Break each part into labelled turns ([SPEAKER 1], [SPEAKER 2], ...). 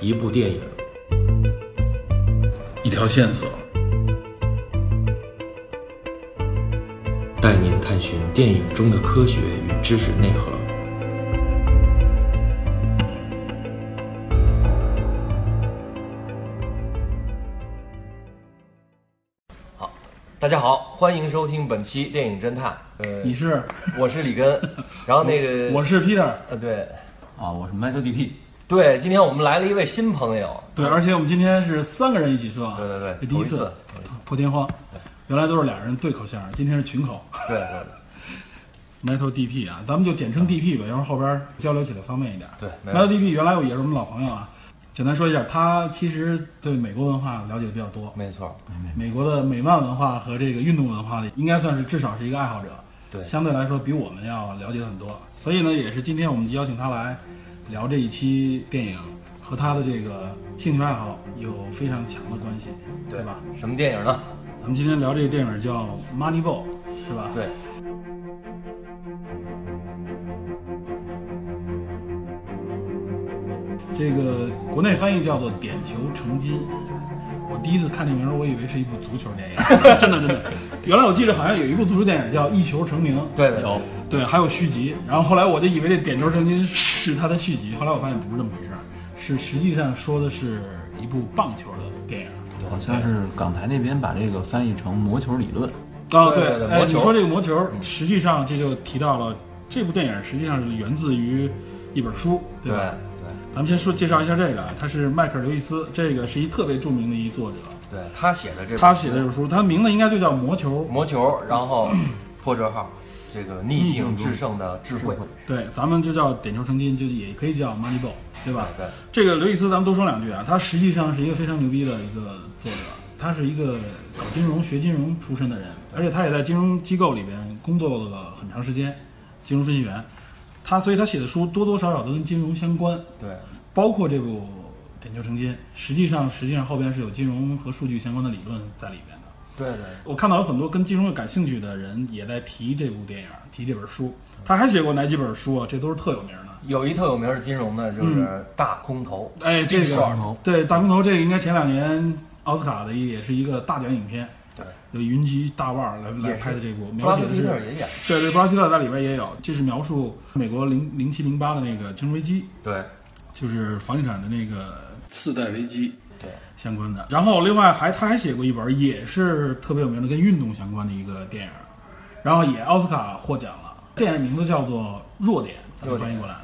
[SPEAKER 1] 一部电影，
[SPEAKER 2] 一条线索，
[SPEAKER 1] 带您探寻电影中的科学与知识内核。
[SPEAKER 3] 大家好，欢迎收听本期电影侦探。呃，
[SPEAKER 2] 你是
[SPEAKER 3] 我是 里根，然后那个
[SPEAKER 2] 我是 Peter，
[SPEAKER 3] 呃，对
[SPEAKER 4] 啊，我是 Michael DP，
[SPEAKER 3] 对，今天我们来了一位新朋友，
[SPEAKER 2] 对，而且我们今天是三个人一起说啊，
[SPEAKER 3] 啊对对对
[SPEAKER 2] 这第一
[SPEAKER 3] 头一次
[SPEAKER 2] 次破天荒，原来都是俩人对口相声，今天是群口
[SPEAKER 3] 对对
[SPEAKER 2] 埋头 DP 啊，咱们就简称 DP 吧，要是后边交流起来方便一点。
[SPEAKER 3] 对没
[SPEAKER 2] 埋头
[SPEAKER 3] 问
[SPEAKER 2] DP 原来我也是我们老朋友啊，简单说一下，他其实对美国文化了解的比较多，
[SPEAKER 3] 没错，
[SPEAKER 2] 美国的美漫文化和这个运动文化里，应该算是至少是一个爱好者，
[SPEAKER 3] 对
[SPEAKER 2] 相对来说比我们要了解的很多。所以呢，也是今天我们邀请他来聊这一期电影，和他的这个兴趣爱好有非常强的关系，对吧？？
[SPEAKER 3] 什么电影呢？
[SPEAKER 2] 咱们今天聊这个电影叫《Moneyball》，是吧？
[SPEAKER 3] 对，
[SPEAKER 2] 这个国内翻译叫做《点球成金》。我第一次看这名儿，我以为是一部足球电影， 真的真的。原来我记得好像有一部足球电影叫《一球成名》，
[SPEAKER 3] 对对
[SPEAKER 4] 有
[SPEAKER 2] 对，还有续集。然后后来我就以为这《点球成金》是它的续集，后来我发现不是这么回事儿，是实际上说的是一部棒球的电影。
[SPEAKER 4] 好像是港台那边把这个翻译成魔球理论，
[SPEAKER 2] 哦，
[SPEAKER 3] 对对对
[SPEAKER 2] 哎，
[SPEAKER 3] 魔
[SPEAKER 2] 你
[SPEAKER 3] 球嗯
[SPEAKER 2] 说这个魔球，实际上这就提到了这部电影实际上是源自于一本书，
[SPEAKER 3] 对
[SPEAKER 2] 吧？
[SPEAKER 3] 对
[SPEAKER 2] 咱们先说介绍一下这个，啊，他是迈克尔·刘易斯，这个是一特别著名的一作者，
[SPEAKER 3] 对，他写的这
[SPEAKER 2] 他写的这本书，他名字应该就叫《魔球》。
[SPEAKER 3] 魔球，然后破折号，这个逆境制胜的智慧，
[SPEAKER 2] 对，咱们就叫点球成金，就也可以叫 Moneyball，对吧？
[SPEAKER 3] 对
[SPEAKER 2] 这个刘易斯，咱们多说两句啊，他实际上是一个非常牛逼的一个作者，他是一个搞金融、学金融出身的人，而且他也在金融机构里边工作了很长时间，金融分析员。他所以他写的书多多少少都跟金融相关，
[SPEAKER 3] 对
[SPEAKER 2] 包括这部《点球成金》，实际上实际上后边是有金融和数据相关的理论在里边的。
[SPEAKER 3] 对对
[SPEAKER 2] 我看到有很多跟金融感兴趣的人也在提这部电影，提这本书。他还写过哪几本书啊？这都是特有名的。
[SPEAKER 3] 有一特有名的金融呢，
[SPEAKER 2] 嗯
[SPEAKER 3] 就是大空头，
[SPEAKER 2] 哎，这
[SPEAKER 3] 是
[SPEAKER 2] 个对大空头，这个应该前两年奥斯卡的也是一个大奖影片，
[SPEAKER 3] 对，
[SPEAKER 2] 有云集大腕儿来来
[SPEAKER 3] 也是
[SPEAKER 2] 拍的这部，
[SPEAKER 3] 布拉
[SPEAKER 2] 描
[SPEAKER 3] 德
[SPEAKER 2] 写的
[SPEAKER 3] 皮特
[SPEAKER 2] 是
[SPEAKER 3] 也演，
[SPEAKER 2] 对对，布拉德皮特在里边也有，这是描述美国零零七零八的那个金融危机，
[SPEAKER 3] 对
[SPEAKER 2] 就是房地产的那个次贷危机
[SPEAKER 3] 对
[SPEAKER 2] 相关的。然后另外还他还写过一本也是特别有名的跟运动相关的一个电影，然后也奥斯卡获奖了。电影名字叫做《弱点》，咱们
[SPEAKER 3] 弱点
[SPEAKER 2] 翻译过来，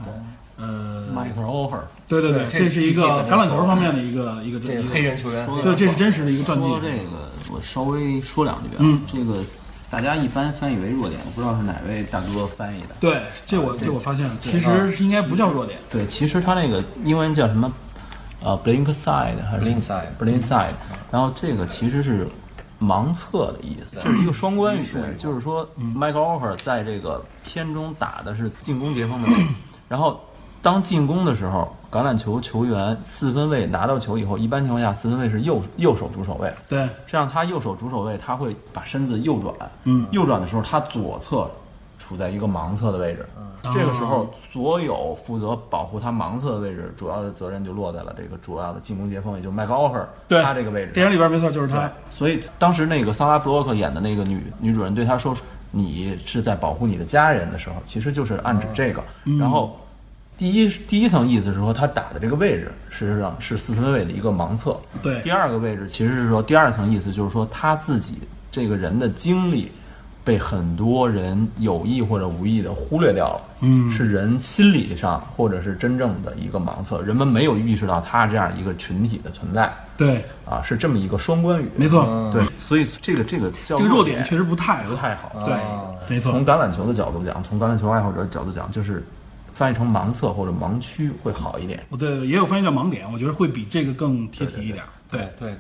[SPEAKER 2] 呃，
[SPEAKER 4] ，Michael Offer。
[SPEAKER 2] 对对对，
[SPEAKER 3] 对这
[SPEAKER 2] 这是一
[SPEAKER 3] 这
[SPEAKER 2] 个
[SPEAKER 3] 个
[SPEAKER 2] 橄榄球方面的一个一个
[SPEAKER 3] 这
[SPEAKER 2] 一
[SPEAKER 3] 个啊
[SPEAKER 2] 个
[SPEAKER 3] 黑人球员，
[SPEAKER 2] 对，这是真实的一个传记。
[SPEAKER 4] 说这个，我稍微说两句啊，
[SPEAKER 2] 嗯
[SPEAKER 4] 这个大家一般翻译为弱点，我不知道是哪位大哥翻译的。
[SPEAKER 2] 对，这我这我发现了，其实是应该不叫弱点。
[SPEAKER 4] 对，其实它那个英文叫什么？呃，blink side 还是
[SPEAKER 3] Blink side
[SPEAKER 4] blink side？然后这个其实是盲测的意思，这是一个双关语，嗯就是说 Michael Offer 在这个片中打的是进攻截锋门，然后当进攻的时候，橄榄球球员四分卫拿到球以后，一般情况下四分卫是右右手主守卫，
[SPEAKER 2] 对，
[SPEAKER 4] 这样他右手主守卫他会把身子右转，
[SPEAKER 2] 嗯
[SPEAKER 4] 右转的时候他左侧处在一个盲侧的位置，
[SPEAKER 2] 嗯
[SPEAKER 4] 这个时候
[SPEAKER 2] 哦
[SPEAKER 4] 所有负责保护他盲侧的位置，主要的责任就落在了这个主要的进攻截锋，也就是麦克奥赫
[SPEAKER 2] 对，
[SPEAKER 4] 他这个位置
[SPEAKER 2] 电
[SPEAKER 4] 上。
[SPEAKER 2] 影里边没错，就是
[SPEAKER 4] 对
[SPEAKER 2] 他。，
[SPEAKER 4] 所以当时那个桑拉布洛克演的那个女女主人对他说：“你是在保护你的家人的时候，其实就是暗指
[SPEAKER 2] 嗯
[SPEAKER 4] 这个。然后第一第一层意思是说他打的这个位置实际上是四分卫的一个盲测，
[SPEAKER 2] 对
[SPEAKER 4] 第，二个位置其实是说，第二层意思就是说他自己这个人的经历被很多人有意或者无意的忽略掉了，
[SPEAKER 2] 嗯
[SPEAKER 4] 是人心理上或者是真正的一个盲测，人们没有意识到他这样一个群体的存在
[SPEAKER 2] 对，
[SPEAKER 4] 啊，是这么一个双关语，
[SPEAKER 2] 没错，
[SPEAKER 4] 对，所以这个这个叫
[SPEAKER 2] 这个弱点确实不太
[SPEAKER 4] 不太好，嗯
[SPEAKER 2] 对，没错
[SPEAKER 4] 从。橄榄球的角度讲，从橄榄球爱好者的角度讲，就是翻译成盲测或者盲区会好一点。
[SPEAKER 2] 我对，也有翻译叫盲点，我觉得会比这个更贴题一点。对
[SPEAKER 3] 对对对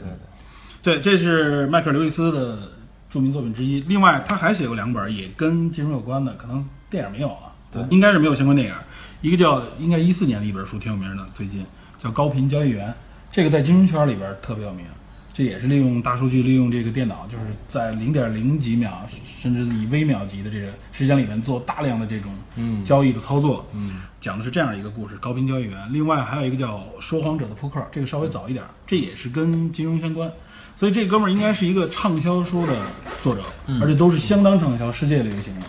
[SPEAKER 3] 对。
[SPEAKER 2] 对，这是迈克尔·刘易斯的著名作品之一。另外，他还写过两本也跟金融有关的，可能电影没有啊，对，应该是没有相关电影。一个叫应该一四年的一本书挺有名的，最近叫《高频交易员》，这个在金融圈里边特别有名。这也是利用大数据，利用这个电脑，就是在零点零几秒，甚至以微秒级的这个时间里面做大量的这种交易的操作。嗯，讲的是这样一个故事：高频交易员。另外还有一个叫《说谎者的扑克》，这个稍微早一点，这也是跟金融相关。所以这哥们儿应该是一个畅销书的作者，
[SPEAKER 3] 嗯
[SPEAKER 2] 而且都是相当畅销，世界流行的，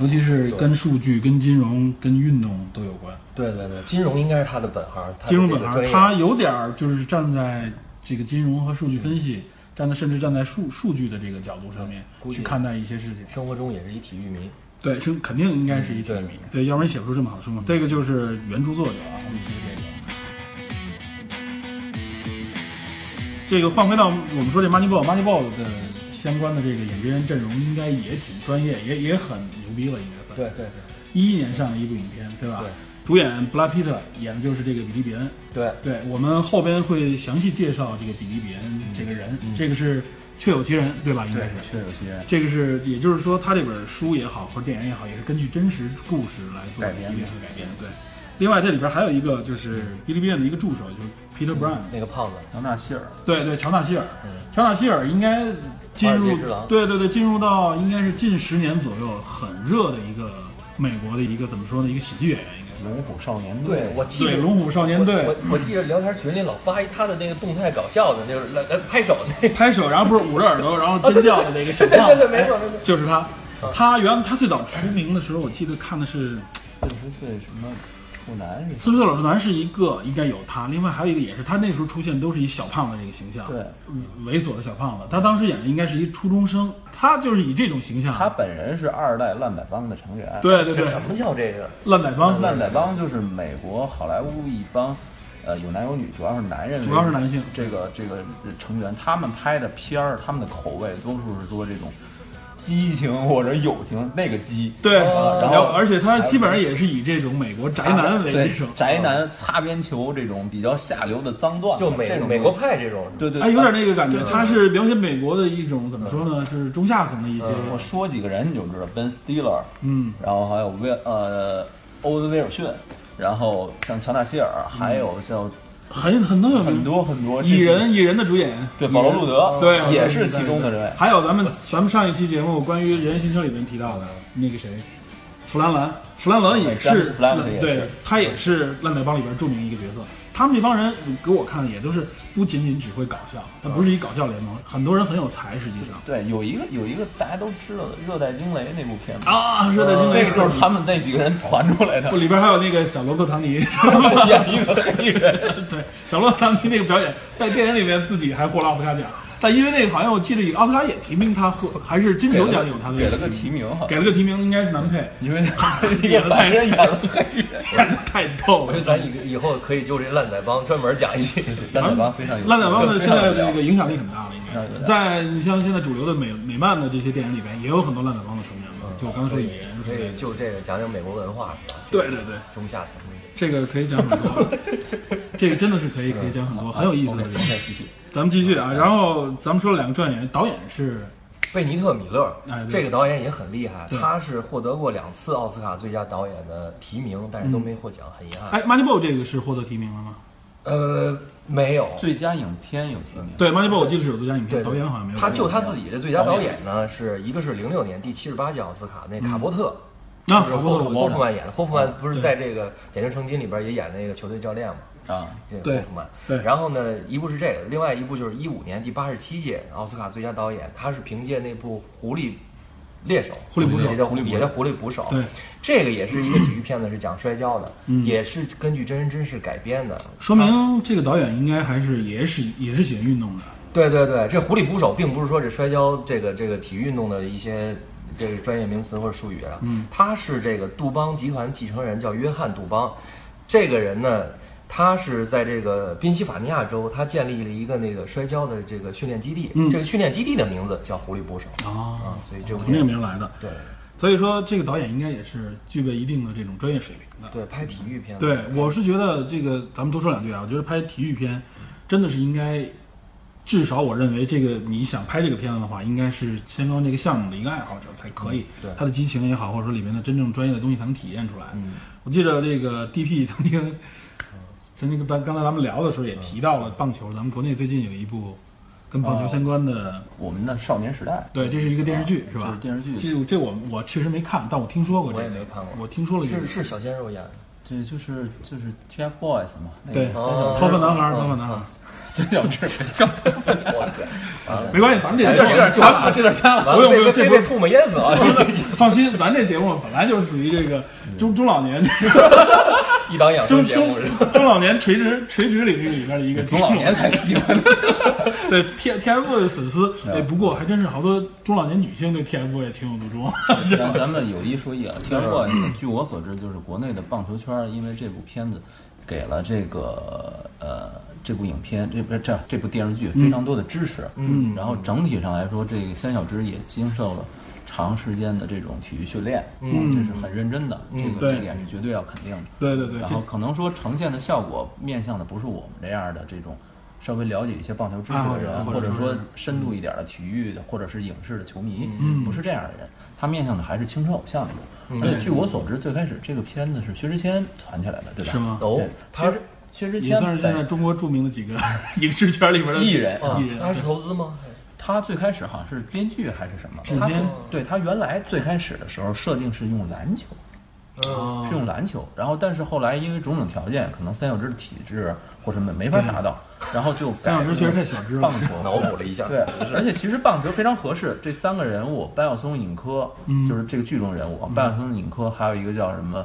[SPEAKER 2] 尤其是跟数据、跟金融、跟运动都有关。
[SPEAKER 3] 对对对，金融应该是他的本行，他的
[SPEAKER 2] 金融
[SPEAKER 3] 这
[SPEAKER 2] 本
[SPEAKER 3] 个
[SPEAKER 2] 行
[SPEAKER 3] 专，业
[SPEAKER 2] 它有点儿就是站在这个金融和数据分析，站在甚至站在数数据的这个角度上面
[SPEAKER 3] 嗯估计
[SPEAKER 2] 去看待一些事情。
[SPEAKER 3] 生活中也是一体育迷。
[SPEAKER 2] 对，是肯定应该是一体
[SPEAKER 3] 嗯
[SPEAKER 2] 迷，对，要不然写不出这么好的书嘛。这个就是原著作者啊，我们提的这个。这个换回到我们说这 Moneyball，Moneyball 的相关的这个演职员阵容应该也挺专业，也也很牛逼了，应该算。
[SPEAKER 3] 对对
[SPEAKER 2] 一一年上的一部影片，对吧？
[SPEAKER 3] 对
[SPEAKER 2] 主演布拉皮特演的就是这个比利·比恩。
[SPEAKER 3] 对
[SPEAKER 2] 对我们后边会详细介绍这个比利比恩这个人，
[SPEAKER 3] 嗯
[SPEAKER 2] 这个是确有其人，对吧？应该是。
[SPEAKER 4] 确有其人。
[SPEAKER 2] 这个是，也就是说，他这本书也好，或者电影也好，也是根据真实故事来做
[SPEAKER 4] 改编的
[SPEAKER 2] 改编和改编。对。另外，这里边还有一个就是比利比恩的一个助手，就是 Peter Brown，、
[SPEAKER 3] 那个胖子，
[SPEAKER 4] 乔纳希尔，
[SPEAKER 2] 对对，乔纳希尔
[SPEAKER 3] 嗯。
[SPEAKER 2] 乔纳希尔应该进
[SPEAKER 3] 华尔
[SPEAKER 2] 入
[SPEAKER 3] 街之狼，
[SPEAKER 2] 对对对，进入到应该是近十年左右很热的一个美国的一个怎么说呢，一个喜剧演员应该是。
[SPEAKER 4] 龙虎少年队
[SPEAKER 3] 对，我记
[SPEAKER 2] 对，
[SPEAKER 3] 得
[SPEAKER 2] 龙虎少年队。
[SPEAKER 3] 我我我记着聊天群里老发一他的那个动态搞笑的，就是来来拍手那 个，
[SPEAKER 2] 哎拍手，然后不是捂着耳朵，然后尖叫的那个小胖，
[SPEAKER 3] 啊对啊对对没错没错
[SPEAKER 2] 就是他。他原他最早出名的时候，我记得看的是《
[SPEAKER 4] 四十岁什么处男是吧？
[SPEAKER 2] 四十岁老处男》是一个，应该有他，另外还有一个也是他那时候出现都是以小胖子这个形象，
[SPEAKER 4] 对，
[SPEAKER 2] 猥琐的小胖子。他当时演的应该是一初中生，他就是以这种形象，
[SPEAKER 4] 他本人是二代烂仔帮的成员。，
[SPEAKER 2] 对对对，
[SPEAKER 3] 什么叫这个？
[SPEAKER 2] 烂仔帮，
[SPEAKER 4] 烂仔帮就是美国好莱坞一帮，呃，有男有女，主要是男人为主，
[SPEAKER 2] 主要是男性
[SPEAKER 4] 这个这个成员，他们拍的片儿，他们的口味多数是说这种激情或者友情，那个激。
[SPEAKER 2] 对，
[SPEAKER 3] 哦
[SPEAKER 4] 啊然后
[SPEAKER 2] 而且他基本上也是以这种美国宅男为
[SPEAKER 4] 对
[SPEAKER 2] 这种，
[SPEAKER 4] 宅男擦边球这种比较下流的脏段子，
[SPEAKER 3] 就
[SPEAKER 4] 这
[SPEAKER 3] 美
[SPEAKER 4] 种
[SPEAKER 3] 美国派这种，
[SPEAKER 4] 对对，
[SPEAKER 2] 哎，有点那个感觉
[SPEAKER 4] 对，对
[SPEAKER 2] 他是描写美国的一种怎么说呢，是中下层的一些，
[SPEAKER 4] 呃我说几个人你就知道，Ben Stiller，
[SPEAKER 2] 嗯，
[SPEAKER 4] 然后还有威呃欧文威尔逊，然后像乔纳希尔，还有叫
[SPEAKER 2] 很很能有名
[SPEAKER 4] 很多很多
[SPEAKER 2] 嗯蚁人，蚁人的主演
[SPEAKER 4] 对保罗路德，
[SPEAKER 2] 对
[SPEAKER 4] 也是其中的人
[SPEAKER 2] 还有咱们咱们上一期节目关于《人猿星球》里面提到的那个谁，弗兰兰，弗兰兰也
[SPEAKER 4] 詹姆斯
[SPEAKER 2] 是
[SPEAKER 4] 弗兰兰也是
[SPEAKER 2] 对他也是烂仔帮里边著名一个角色。他们这帮人给我看也都是不仅仅只会搞笑，他不是一搞笑联盟，很多人很有才，实际上
[SPEAKER 4] 对，有一个有一个大家都知道的《热带惊雷》那部片子，
[SPEAKER 2] 啊，热带
[SPEAKER 4] 哦那
[SPEAKER 2] 惊雷
[SPEAKER 4] 个就是他们那几个人传出来的
[SPEAKER 2] 不，里边还有那个小罗伯特唐 尼，
[SPEAKER 4] 演一个黑人。
[SPEAKER 2] 对，小罗伯特唐尼那个表演在电影里面自己还获了奥斯卡奖，但因为那个好像我记得奥斯卡也提名他，获还是金球奖有他的
[SPEAKER 4] 给了个提名哈，
[SPEAKER 2] 给了个提名，应该是男配，
[SPEAKER 4] 因为一个白人演了黑人，
[SPEAKER 2] 演的太逗了
[SPEAKER 3] 我觉得。咱以以后可以就这烂仔帮专门 讲一期。
[SPEAKER 4] 烂仔帮非常有
[SPEAKER 2] 烂仔帮的
[SPEAKER 4] 非
[SPEAKER 2] 现
[SPEAKER 4] 常有
[SPEAKER 2] 在
[SPEAKER 4] 料
[SPEAKER 2] 这个影响力很大了，应该
[SPEAKER 4] 非常有
[SPEAKER 2] 是
[SPEAKER 4] 料
[SPEAKER 2] 在你像现在主流的美美漫的这些电影里边，也有很多烂仔帮的成员
[SPEAKER 4] 嗯
[SPEAKER 2] 嘛。就我刚才说
[SPEAKER 3] 可
[SPEAKER 2] 蚁
[SPEAKER 3] 以
[SPEAKER 2] 人，
[SPEAKER 3] 可以就这个讲讲美国文化是吧？
[SPEAKER 2] 对对对，
[SPEAKER 3] 中下层那个。
[SPEAKER 2] 这个可以讲很多，这个真的是可以可以讲很
[SPEAKER 4] 嗯
[SPEAKER 2] 多，很有意思的这
[SPEAKER 4] OK，
[SPEAKER 2] 个。
[SPEAKER 4] 再继续。
[SPEAKER 2] 咱们继续
[SPEAKER 3] 嗯
[SPEAKER 2] 啊，然后咱们说了两个专演，导演是
[SPEAKER 3] 贝尼特·米勒
[SPEAKER 2] 哎，对
[SPEAKER 3] 这个导演也很厉害，
[SPEAKER 2] 对
[SPEAKER 3] 他是获得过两次奥斯卡最佳导演的提名，但
[SPEAKER 2] 嗯
[SPEAKER 3] 是都没获奖，很遗憾。
[SPEAKER 2] 哎，Moneyball 这个是获得提名了吗？
[SPEAKER 3] 呃，没有，
[SPEAKER 4] 最佳影片有提名，
[SPEAKER 2] 对，Moneyball 我记得是有最佳影
[SPEAKER 3] 对
[SPEAKER 2] 片，导演好像没有。啊
[SPEAKER 3] 他就他自己的最佳导演呢，是一个是零六年第七十八届奥斯卡那卡伯特，
[SPEAKER 2] 嗯那
[SPEAKER 3] 就是
[SPEAKER 2] 好
[SPEAKER 3] 霍
[SPEAKER 2] 多
[SPEAKER 3] 夫
[SPEAKER 2] 我
[SPEAKER 3] 霍
[SPEAKER 2] 记
[SPEAKER 3] 夫
[SPEAKER 2] 得
[SPEAKER 3] 曼演的。霍夫
[SPEAKER 2] 嗯
[SPEAKER 3] 曼不是在这个《点球成金》里边也演那个球队教练嘛？
[SPEAKER 4] 啊，
[SPEAKER 3] 这个
[SPEAKER 2] 对
[SPEAKER 3] 霍夫曼。
[SPEAKER 2] 对
[SPEAKER 3] 然后呢，一部是这个，另外一部就是一五年第八十七届奥斯卡最佳导演，他是凭借那部《狐狸猎手》，
[SPEAKER 2] 狐狸捕手
[SPEAKER 3] 也叫狐狸，也叫狐狸捕手。
[SPEAKER 2] 对，嗯
[SPEAKER 3] 这个也是一个体育片子，是讲摔跤的，也是根据真人真事改编的。
[SPEAKER 2] 说明这个导演应该还是也是也是喜欢运动的。
[SPEAKER 3] 对对对，这狐狸捕手并不是说这摔跤这个这个体育运动的一些这个专业名词或者术语啊，嗯，他是这个杜邦集团继承人，叫约翰杜邦。这个人呢，他是在这个宾夕法尼亚州，他建立了一个那个摔跤的这个训练基地，
[SPEAKER 2] 嗯
[SPEAKER 3] 这个训练基地的名字叫狐狸捕手
[SPEAKER 2] 哦
[SPEAKER 3] 啊，所以这部
[SPEAKER 2] 从这个
[SPEAKER 3] 片
[SPEAKER 2] 名儿来的。
[SPEAKER 3] 对
[SPEAKER 2] 所以说，这个导演应该也是具备一定的这种专业水平的。
[SPEAKER 3] 对拍体育片，
[SPEAKER 2] 对，我是觉得这个，咱们多说两句啊。我觉得拍体育片，真的是应该，至少我认为这个你想拍这个片子的话，应该是先当这个项目的一个爱好者才可以。
[SPEAKER 3] 嗯对
[SPEAKER 2] 他的激情也好，或者说里面的真正专业的东西才能体验出来。
[SPEAKER 3] 嗯
[SPEAKER 2] 我记得这个 DP 曾经，曾经跟咱刚才咱们聊的时候也提到了棒球，咱们国内最近有一部跟
[SPEAKER 3] 哦
[SPEAKER 2] 棒球相关的。
[SPEAKER 4] 我们的少年时代，
[SPEAKER 2] 对，这是一个电视
[SPEAKER 3] 哦
[SPEAKER 2] 剧，是
[SPEAKER 4] 就
[SPEAKER 2] 吧
[SPEAKER 4] 是？电视剧
[SPEAKER 2] 这这我我确实没看，但我听说过这
[SPEAKER 3] 我
[SPEAKER 2] 个，
[SPEAKER 3] 也没看过
[SPEAKER 2] 我听说了这个
[SPEAKER 3] 是是小鲜肉 演的，
[SPEAKER 4] 对，就是就是 TFBOYS 嘛，那
[SPEAKER 2] 对
[SPEAKER 4] 个
[SPEAKER 2] 《
[SPEAKER 3] 哦
[SPEAKER 2] 逃犯男孩》，《
[SPEAKER 3] 嗯
[SPEAKER 2] 逃犯男孩》
[SPEAKER 4] 三角志叫
[SPEAKER 3] 哇塞，完了
[SPEAKER 2] 没关系，咱们哎这
[SPEAKER 3] 咱这段掐了，这段掐了，
[SPEAKER 2] 不用不
[SPEAKER 3] 完
[SPEAKER 2] 用
[SPEAKER 3] 了被
[SPEAKER 2] 这不
[SPEAKER 3] 被被唾沫淹死了，
[SPEAKER 2] 放心，咱这节目本来就是属于这个中中老年
[SPEAKER 3] 一档养
[SPEAKER 2] 中
[SPEAKER 3] 生节
[SPEAKER 2] 中
[SPEAKER 3] 目是吧？
[SPEAKER 2] 中老年垂直垂直领域里边的一个
[SPEAKER 4] 中老年才喜欢的。
[SPEAKER 2] 对 T T F 的粉丝，
[SPEAKER 4] 啊
[SPEAKER 2] 哎，不过还真是好多中老年女性对 T F 也情有独 钟。
[SPEAKER 4] 咱咱们有一说一啊，TFBOYS
[SPEAKER 2] 嗯
[SPEAKER 4] 据我所知，就是国内的棒球圈儿因为这部片子给了这个呃这部影片这不这这部电视剧非常多的支持，嗯，然后整体上来说，这个三小只也经受了。长时间的这种体育训练，
[SPEAKER 2] 嗯
[SPEAKER 4] 这是很认真的，这个
[SPEAKER 2] 对
[SPEAKER 4] 这点是绝对要肯定的。
[SPEAKER 2] 对对对，
[SPEAKER 4] 然
[SPEAKER 2] 这
[SPEAKER 4] 后可能说呈现的效果面向的不是我们这样的这种稍微了解一些棒球知
[SPEAKER 2] 爱
[SPEAKER 4] 识
[SPEAKER 2] 好
[SPEAKER 4] 的
[SPEAKER 2] 者
[SPEAKER 4] 人，
[SPEAKER 2] 或
[SPEAKER 4] 或
[SPEAKER 2] 者
[SPEAKER 4] 者
[SPEAKER 2] 说
[SPEAKER 4] 说
[SPEAKER 2] 是嗯
[SPEAKER 4] 深度一点的体育的或者是影视的球迷，不是这样的人，他面向的还是青春偶像的。
[SPEAKER 2] 嗯
[SPEAKER 4] 而且据我所知，最开始这个片子是薛之谦传起来的，对吧？
[SPEAKER 2] 是吗
[SPEAKER 4] 对
[SPEAKER 3] 哦他是
[SPEAKER 4] 薛
[SPEAKER 2] 也
[SPEAKER 4] 之谦
[SPEAKER 2] 算是现在
[SPEAKER 4] 在
[SPEAKER 2] 中国著名的几个 影视圈里边的
[SPEAKER 4] 艺人
[SPEAKER 2] 艺人
[SPEAKER 3] 啊他是投资吗？
[SPEAKER 4] 他最开始好像是编剧还是什么？
[SPEAKER 2] 制
[SPEAKER 4] 他
[SPEAKER 2] 片
[SPEAKER 4] 对他原来最开始的时候设定是用篮球，
[SPEAKER 3] 嗯，
[SPEAKER 2] 哦
[SPEAKER 4] 是用篮球，然后但是后来因为种种条件，可能三角只的体制或什么没法达到，然后就 改
[SPEAKER 2] 三小只确实太小只了
[SPEAKER 4] 棒
[SPEAKER 3] 脑
[SPEAKER 4] 球。
[SPEAKER 3] 补了一下，
[SPEAKER 4] 对，而且其实棒球非常合适，这三个人物，班晓松、尹科，
[SPEAKER 2] 嗯
[SPEAKER 4] 就是这个剧中人物，班晓松、尹科，还有一个叫什么，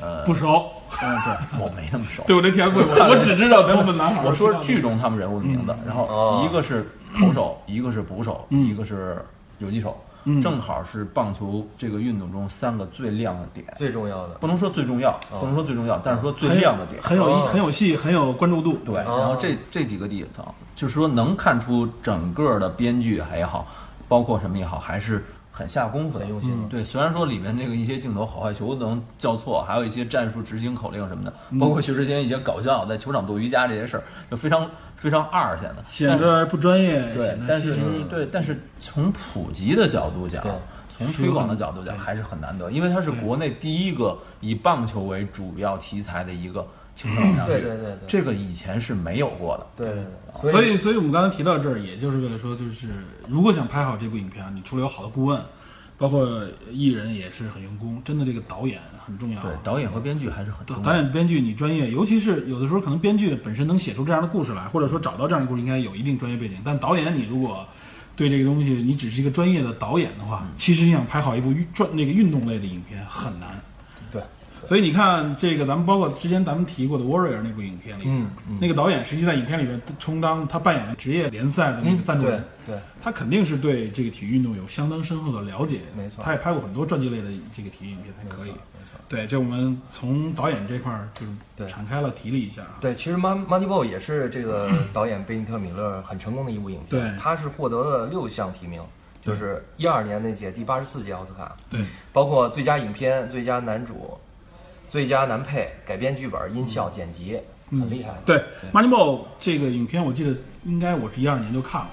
[SPEAKER 4] 呃，
[SPEAKER 2] 不熟，
[SPEAKER 4] 嗯，对，我没那么熟，
[SPEAKER 2] 对我这 T F 我我只知道头粉男孩。
[SPEAKER 4] 我说
[SPEAKER 2] 知道
[SPEAKER 4] 剧中他们人物的名字，
[SPEAKER 2] 嗯
[SPEAKER 4] 然
[SPEAKER 3] 哦
[SPEAKER 4] 后一个是投手，一个是捕手，一个是游击手，
[SPEAKER 2] 嗯
[SPEAKER 4] 正好是棒球这个运动中三个最亮的点。
[SPEAKER 3] 最重要的
[SPEAKER 4] 不能说最重要，不能说最重要，但是说最亮的点。
[SPEAKER 2] 很有
[SPEAKER 3] 哦
[SPEAKER 2] 意很有戏，很有关注度。
[SPEAKER 4] 对，
[SPEAKER 2] 对
[SPEAKER 4] 然后这这几个地方，就是说能看出整个的编剧还也好，包括什么也好，还是很下功夫的、嗯
[SPEAKER 3] 很用心的
[SPEAKER 4] 对，虽然说里面那个一些镜头好坏球能叫错，还有一些战术执行口令什么的，
[SPEAKER 3] 嗯
[SPEAKER 4] 包括薛之谦一些搞笑在球场做瑜伽这些事儿，就非常非常二显得
[SPEAKER 2] 显得不专业，
[SPEAKER 4] 对
[SPEAKER 2] 显，得
[SPEAKER 4] 但
[SPEAKER 2] 其
[SPEAKER 4] 是
[SPEAKER 2] 实
[SPEAKER 4] 对，但是从普及的角度讲
[SPEAKER 3] 对，
[SPEAKER 4] 从推广的角度讲，还是很难得，因为它是国内第一个以棒球为主要题材的一个青春偶像剧，
[SPEAKER 3] 对对对对
[SPEAKER 4] 这个以前是没有过的。
[SPEAKER 3] 对对，对
[SPEAKER 2] 所以，所以我们刚才提到这儿，也就是为了说，就是如果想拍好这部影片啊，你除了有好的顾问，包括艺人也是很用功，真的这个导演很重要啊。
[SPEAKER 4] 对，导演和编剧还是很重
[SPEAKER 2] 导
[SPEAKER 4] 要
[SPEAKER 2] 导
[SPEAKER 4] 的。
[SPEAKER 2] 演、编剧你专业，尤其是有的时候可能编剧本身能写出这样的故事来，或者说找到这样的故事，应该有一定专业背景。但导演你如果对这个东西你只是一个专业的导演的话，其实你想拍好一部运专那个运动类的影片很难。
[SPEAKER 3] 对，
[SPEAKER 2] 所以你看，这个咱们包括之前咱们提过的《Warrior》那部影片里，
[SPEAKER 3] 嗯嗯
[SPEAKER 2] 那个导演实际在影片里边充当他扮演的职业联赛的那个
[SPEAKER 3] 嗯，
[SPEAKER 2] 赞助人
[SPEAKER 3] 对，对，
[SPEAKER 2] 他肯定是对这个体育运动有相当深厚的了解，
[SPEAKER 3] 没错
[SPEAKER 2] 他也拍过很多传记类的这个体育影片才可以
[SPEAKER 3] 没错。没错
[SPEAKER 2] 对，这我们从导演这块儿就
[SPEAKER 3] 对
[SPEAKER 2] 是敞开了提了一下啊。
[SPEAKER 3] 对，其实《Man Moneyball》也是这个导演贝尼特·米勒很成功的一部影片，
[SPEAKER 2] 对
[SPEAKER 3] 他是获得了六项提名，就是一二年那届第八十四届奥斯卡，
[SPEAKER 2] 对，
[SPEAKER 3] 包括最佳影片、最佳男主、最佳男配、改编剧本、音效、剪辑，很厉害。
[SPEAKER 2] 嗯对，《Moneyball》这个影片，我记得应该我是一二年就看了，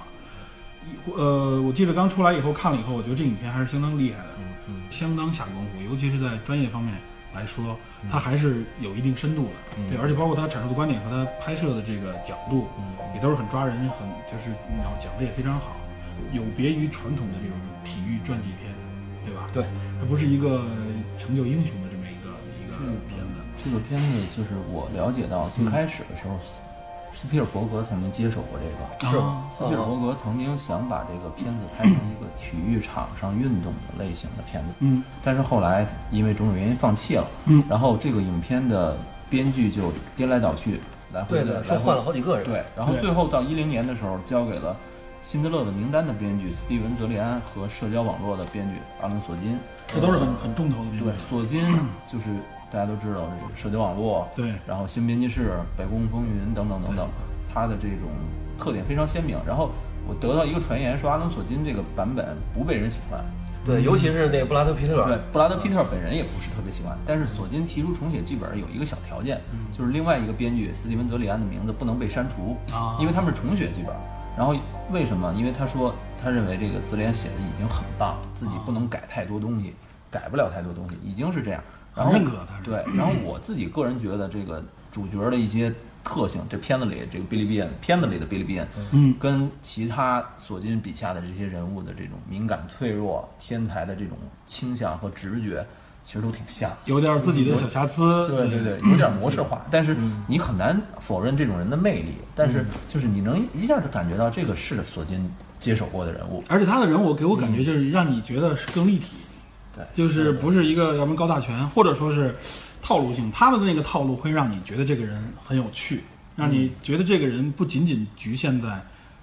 [SPEAKER 2] 一呃，我记得刚出来以后看了以后，我觉得这影片还是相当厉害
[SPEAKER 3] 嗯
[SPEAKER 2] 的，相当下功夫，尤其是在专业方面来说，
[SPEAKER 3] 嗯
[SPEAKER 2] 它还是有一定深度的，对，而且包括它阐述的观点和它拍摄的这个角度，
[SPEAKER 3] 嗯
[SPEAKER 2] 也都是很抓人，很就是你要讲的也非常好，有别于传统的这种体育传记片，对吧？
[SPEAKER 3] 对，
[SPEAKER 2] 它不是一个成就英雄的这么一个一个片子。
[SPEAKER 4] 这个片子就是我了解到最开始的时候，斯斯皮尔伯格曾经接手过这个。
[SPEAKER 3] 是嗯
[SPEAKER 2] 啊
[SPEAKER 4] 斯皮尔伯格曾经想把这个片子拍成一个体育场上运动的类型的片子，
[SPEAKER 2] 嗯，
[SPEAKER 4] 但是后来因为种种原因放弃了。
[SPEAKER 2] 嗯
[SPEAKER 4] 然后这个影片的编剧就颠来倒去，来回
[SPEAKER 3] 对
[SPEAKER 4] 的
[SPEAKER 3] 对，
[SPEAKER 4] 来
[SPEAKER 3] 是
[SPEAKER 4] 回
[SPEAKER 3] 换了好几个人。
[SPEAKER 4] 对，然后
[SPEAKER 2] 对
[SPEAKER 4] 最后到一零年的时候，交给了《辛德勒的名单》的编剧斯蒂文·泽利安和社交网络的编剧阿伦·索金。
[SPEAKER 2] 这都是很很重头的片子
[SPEAKER 4] 对，。索金就是大家都知道，这个社交网络，
[SPEAKER 2] 对
[SPEAKER 4] 然后新编辑室、白宫风云等等等等，它的这种特点非常鲜明。然后我得到一个传言说，阿伦·索金这个版本不被人喜欢。
[SPEAKER 3] 对，尤其是那个布拉德·皮特，
[SPEAKER 4] 对，布拉德·皮特本人也不是特别喜欢，但是索金提出重写剧本有一个小条件，就是另外一个编剧斯蒂文·泽里安的名字不能被删除
[SPEAKER 2] 啊，
[SPEAKER 4] 因为他们是重写剧本。然后为什么？因为他说他认为这个泽里安写的已经很棒了，自己不能改太多东西，改不了太多东西，已经是这样。然后
[SPEAKER 2] 很认可他是
[SPEAKER 4] 对，然后我自己个人觉得这个主角的一些特性，这片子里这个贝利比恩，片子里的贝利比恩，
[SPEAKER 2] 嗯，
[SPEAKER 4] 跟其他索金笔下的这些人物的这种敏感、脆弱、天才的这种倾向和直觉，其实都挺像。
[SPEAKER 2] 有点自己的小瑕疵，
[SPEAKER 4] 嗯对对对，有点模式
[SPEAKER 2] 嗯
[SPEAKER 4] 化，但是你很难否认这种人的魅力。但是就是你能一下就感觉到这个是索金接手过的人物，
[SPEAKER 2] 而且他的人物给我感觉就是让你觉得是更立体，
[SPEAKER 4] 嗯对
[SPEAKER 2] 就是不是一个要么高大全，或者说是套路性，他们的那个套路会让你觉得这个人很有趣，让你
[SPEAKER 4] 嗯
[SPEAKER 2] 觉得这个人不仅仅局限在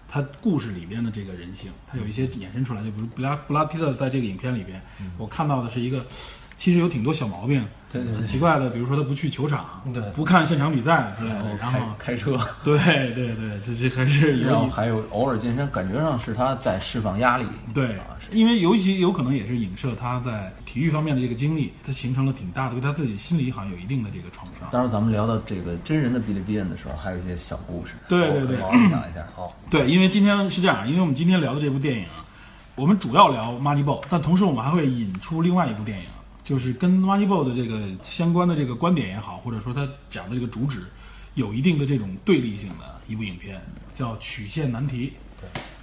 [SPEAKER 2] 他故事里边的这个人性，他有一些衍生出来，就比如布拉布拉皮特在这个影片里边，我看到的是一个。其实有挺多小毛病，
[SPEAKER 4] 嗯对对对
[SPEAKER 2] 很奇怪的，比如说他不去球场，
[SPEAKER 3] 对
[SPEAKER 2] 不看现场比赛之类的，然
[SPEAKER 4] 然
[SPEAKER 2] 后
[SPEAKER 4] 后开开车，
[SPEAKER 2] 对对对，这这还是有
[SPEAKER 4] 然后还有偶尔健身，感觉上是他在释放压力。
[SPEAKER 2] 对
[SPEAKER 4] 啊，是
[SPEAKER 2] 因为尤其有可能也是影射他在体育方面的这个经历，他形成了挺大的对他自己心理好像有一定的这个创伤。
[SPEAKER 4] 到时候咱们聊到这个真人的哔哩哔哩的时候，还有一些小故事，
[SPEAKER 2] 对对对
[SPEAKER 4] 我们讲一下。
[SPEAKER 3] 好，
[SPEAKER 2] 对，因为今天是这样，因为我们今天聊的这部电影啊，我们主要聊《Moneyball》，但同时我们还会引出另外一部电影，就是跟《Moneyball》的这个相关的这个观点也好，或者说他讲的这个主旨有一定的这种对立性的一部影片，叫《曲线难题》。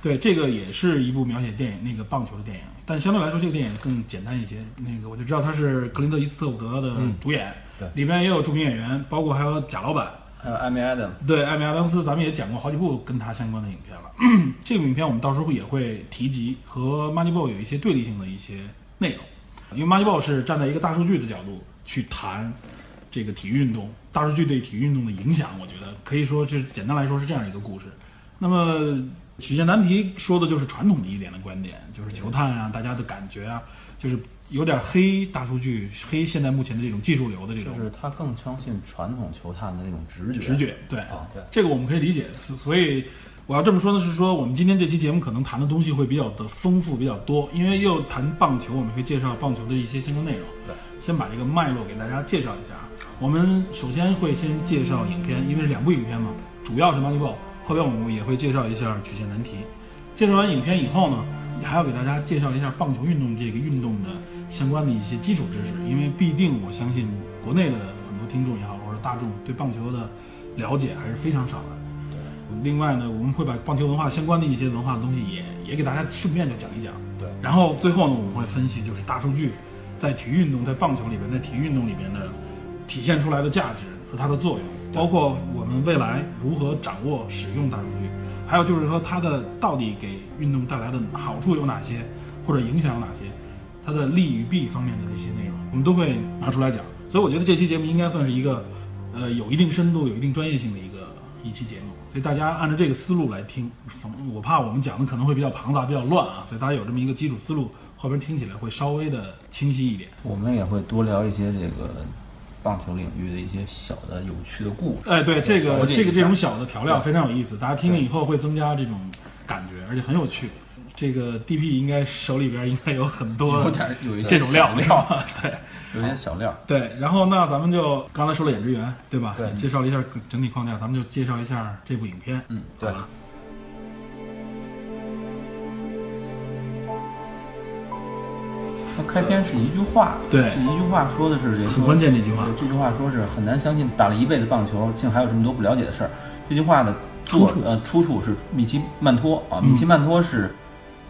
[SPEAKER 2] 对，这个也是一部描写电影那个棒球的电影，但相对来说这个电影更简单一些。那个我就知道他是克林特·伊斯特伍德的主演，
[SPEAKER 3] 对
[SPEAKER 2] 里边也有著名演员，包括还有贾老板，
[SPEAKER 4] 还有 Amy Adams，
[SPEAKER 2] 对，艾米·亚当斯，咱们也讲过好几部跟他相关的影片了。 这部影片我们到时候也会提及，和《Moneyball》有一些对立性的一些内容，因为《Moneyball》是站在一个大数据的角度去谈这个体育运动，大数据对体育运动的影响，我觉得可以说是简单来说是这样一个故事。那么曲线难题说的就是传统的一点的观点，就是球探啊，大家的感觉啊，就是有点黑大数据、黑现在目前的这种技术流的这种
[SPEAKER 4] 就是他更相信传统球探的那种直觉。
[SPEAKER 2] 直觉，对。
[SPEAKER 3] 好，哦对，
[SPEAKER 2] 这个我们可以理解。所所以我要这么说呢，是说我们今天这期节目可能谈的东西会比较的丰富，比较多，因为又谈棒球，我们会介绍棒球的一些相关内容。
[SPEAKER 3] 对，
[SPEAKER 2] 先把这个脉络给大家介绍一下。我们首先会先介绍影片，因为是两部影片嘛，主要是《Moneyball》，后边我们也会介绍一下《曲线难题》。介绍完影片以后呢，还要给大家介绍一下棒球运动这个运动的相关的一些基础知识，因为必定我相信国内的很多听众也好，或者大众对棒球的了解还是非常少的。另外呢，我们会把棒球文化相关的一些文化的东西也也给大家顺便就讲一讲。
[SPEAKER 3] 对
[SPEAKER 2] 然后最后呢，我们会分析就是大数据在体育运动、在棒球里边、在体育运动里边的体现出来的价值和它的作用，包括我们未来如何掌握使用大数据，还有就是说它的到底给运动带来的好处有哪些，或者影响有哪些，它的利与弊方面的这些内容，我们都会拿出来讲。所以我觉得这期节目应该算是一个，呃，有一定深度、有一定专业性的一个一期节目。所以大家按照这个思路来听，反我怕我们讲的可能会比较庞杂、比较乱啊，所以大家有这么一个基础思路，后边听起来会稍微的清晰一点。
[SPEAKER 4] 我们也会多聊一些这个棒球领域的一些小的有趣的故事。
[SPEAKER 2] 哎，对，这个
[SPEAKER 4] 了解一
[SPEAKER 2] 这个
[SPEAKER 4] 下
[SPEAKER 2] 这种小的调料非常有意思，大家听了以后会增加这种感觉，而且很有趣。这个 DP 应该手里边应该有很多
[SPEAKER 4] 有点有一些
[SPEAKER 2] 这种料
[SPEAKER 4] 小料，
[SPEAKER 2] 对。
[SPEAKER 4] 有些小料。
[SPEAKER 2] 对，然后那咱们就刚才说了演职员，对吧？
[SPEAKER 3] 对
[SPEAKER 2] 介绍了一下整体框架，咱们就介绍一下这部影片。
[SPEAKER 4] 嗯，
[SPEAKER 3] 对
[SPEAKER 2] 好吧
[SPEAKER 4] 他开篇是一句话，
[SPEAKER 2] 对
[SPEAKER 4] 这一句话说的是这个
[SPEAKER 2] 很关键这句话
[SPEAKER 4] 对这句话说是很难相信打了一辈子棒球，竟还有这么多不了解的事儿。这句话的作
[SPEAKER 2] 出处嗯
[SPEAKER 4] 呃出处是米奇曼托啊，米奇曼托是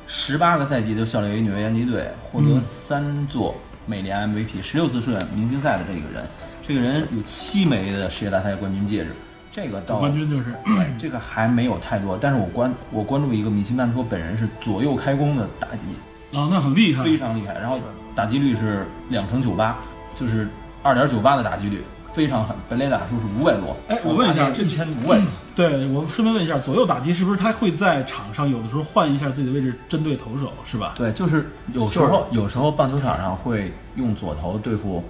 [SPEAKER 4] 十八个赛季就效力于纽约洋基队，获得
[SPEAKER 2] 嗯
[SPEAKER 4] 三座美联 MVP，十六次顺明星赛的这个人，这个人有七枚的世界大赛冠军戒指，这个到
[SPEAKER 2] 冠军就是
[SPEAKER 4] 对，这个还没有太多，但是我关我关注一个米奇曼托本人是左右开弓的打击，
[SPEAKER 2] 哦，那很厉害，
[SPEAKER 4] 非常厉害，然后打击率是两成九八，就是二点九八的打击率，非常狠。本垒打数是五百多，
[SPEAKER 2] 哎我问一下这嗯
[SPEAKER 4] 一千五百多，
[SPEAKER 2] 对我顺便问一下，左右打击是不是他会在场上有的时候换一下自己的位置，针对投手是吧？
[SPEAKER 4] 对，就是有时候有时候棒球场上会用左投对付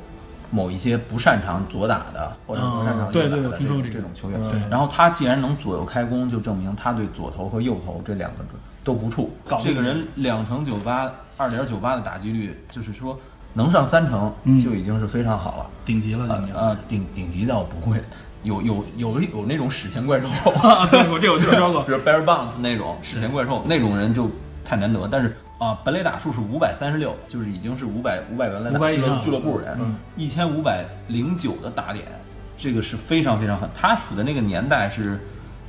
[SPEAKER 4] 某一些不擅长左打的或者不擅
[SPEAKER 2] 嗯
[SPEAKER 4] 长右打的、
[SPEAKER 2] 对对我听说过这
[SPEAKER 4] 这
[SPEAKER 2] 个嗯
[SPEAKER 4] 种球员。
[SPEAKER 2] 对
[SPEAKER 4] 然后他既然能左右开弓，就证明他对左投和右投这两个都不怵
[SPEAKER 2] 搞。定
[SPEAKER 4] 这个人两成九八，二点九八的打击率，就是说能上三成
[SPEAKER 2] 嗯
[SPEAKER 4] 就已经是非常好了。
[SPEAKER 2] 顶级了，
[SPEAKER 4] 呃
[SPEAKER 2] 顶级了。
[SPEAKER 4] 呃，顶顶级倒不会，有有有有那种史前怪兽，
[SPEAKER 2] 啊，对，我这我听说过
[SPEAKER 4] 比。如 Bear Bounce 那种史前怪兽，那种人就太难得。但是啊，本垒打数是五百三十六，就是已经是五百五百原来
[SPEAKER 2] 500以
[SPEAKER 4] 俱乐嗯
[SPEAKER 2] 上嗯
[SPEAKER 4] 俱乐部人，一千五百零九的打点，这个是非常非常狠。他处的那个年代是，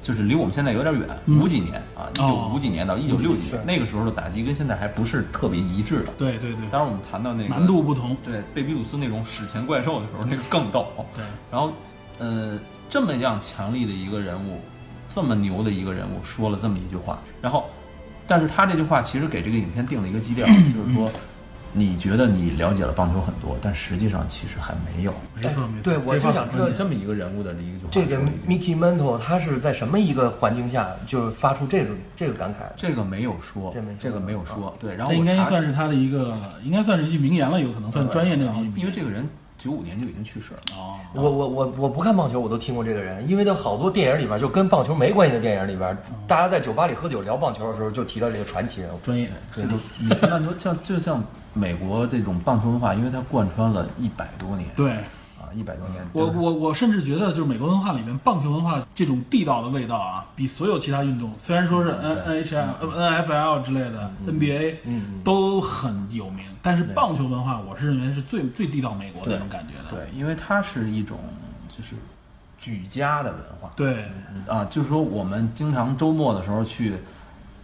[SPEAKER 4] 就是离我们现在有点远，五几年啊，一九
[SPEAKER 2] 嗯哦
[SPEAKER 4] 五几年到一九六几
[SPEAKER 3] 是
[SPEAKER 4] 年，那个时候的打击跟现在还不是特别一致的。
[SPEAKER 2] 对对对，
[SPEAKER 4] 当然，我们谈到那个
[SPEAKER 2] 难度不同，
[SPEAKER 4] 对贝比鲁斯那种史前怪兽的时候，那个更逗。
[SPEAKER 2] 对，
[SPEAKER 4] 然后，呃，这么样强力的一个人物，这么牛的一个人物，说了这么一句话，然后，但是他这句话其实给这个影片定了一个基调，就是说，你觉得你了解了棒球很多，但实际上其实还没有。
[SPEAKER 2] 没错没错。
[SPEAKER 3] 对我
[SPEAKER 2] 这话
[SPEAKER 3] 就想
[SPEAKER 2] 很
[SPEAKER 3] 知道
[SPEAKER 2] 关键
[SPEAKER 4] 这么一个人物的一句话，
[SPEAKER 3] 这个
[SPEAKER 4] 说了一句
[SPEAKER 3] Mickey Mantle 他是在什么一个环境下就发出这种这个感慨？
[SPEAKER 4] 这个没有说
[SPEAKER 3] 这没说，啊
[SPEAKER 4] 这个没有说，对，然后
[SPEAKER 2] 这应
[SPEAKER 4] 我
[SPEAKER 2] 该
[SPEAKER 4] 查
[SPEAKER 2] 算是他的一个，应该算是一句名言了，有可能算专业内
[SPEAKER 4] 然后
[SPEAKER 2] 容。
[SPEAKER 4] 因为这个人九五年就已经去世了。
[SPEAKER 2] 哦，
[SPEAKER 3] 我我我我不看棒球，我都听过这个人，因为在好多电影里边，就跟棒球没关系的电影里边，
[SPEAKER 4] 嗯
[SPEAKER 3] 大家在酒吧里喝酒聊棒球的时候，就提到这个传奇人物。
[SPEAKER 2] 专业
[SPEAKER 4] 对，就你听到说像就像美国这种棒球文化，因为它贯穿了一百多年
[SPEAKER 2] 对。
[SPEAKER 4] 啊，一百多年。
[SPEAKER 2] 我
[SPEAKER 4] 就是
[SPEAKER 2] 我我甚至觉得，就是美国文化里面棒球文化这种地道的味道啊，比所有其他运动，虽然说是 N N H L、N 呃 F L 之类的 N B A，
[SPEAKER 3] 嗯
[SPEAKER 2] 都很有名，但是棒球文化，我是认为是最最地道美国的
[SPEAKER 4] 对
[SPEAKER 2] 那种感觉的。
[SPEAKER 4] 对，因为它是一种就是举家的文化
[SPEAKER 2] 对
[SPEAKER 4] 啊，就是说我们经常周末的时候去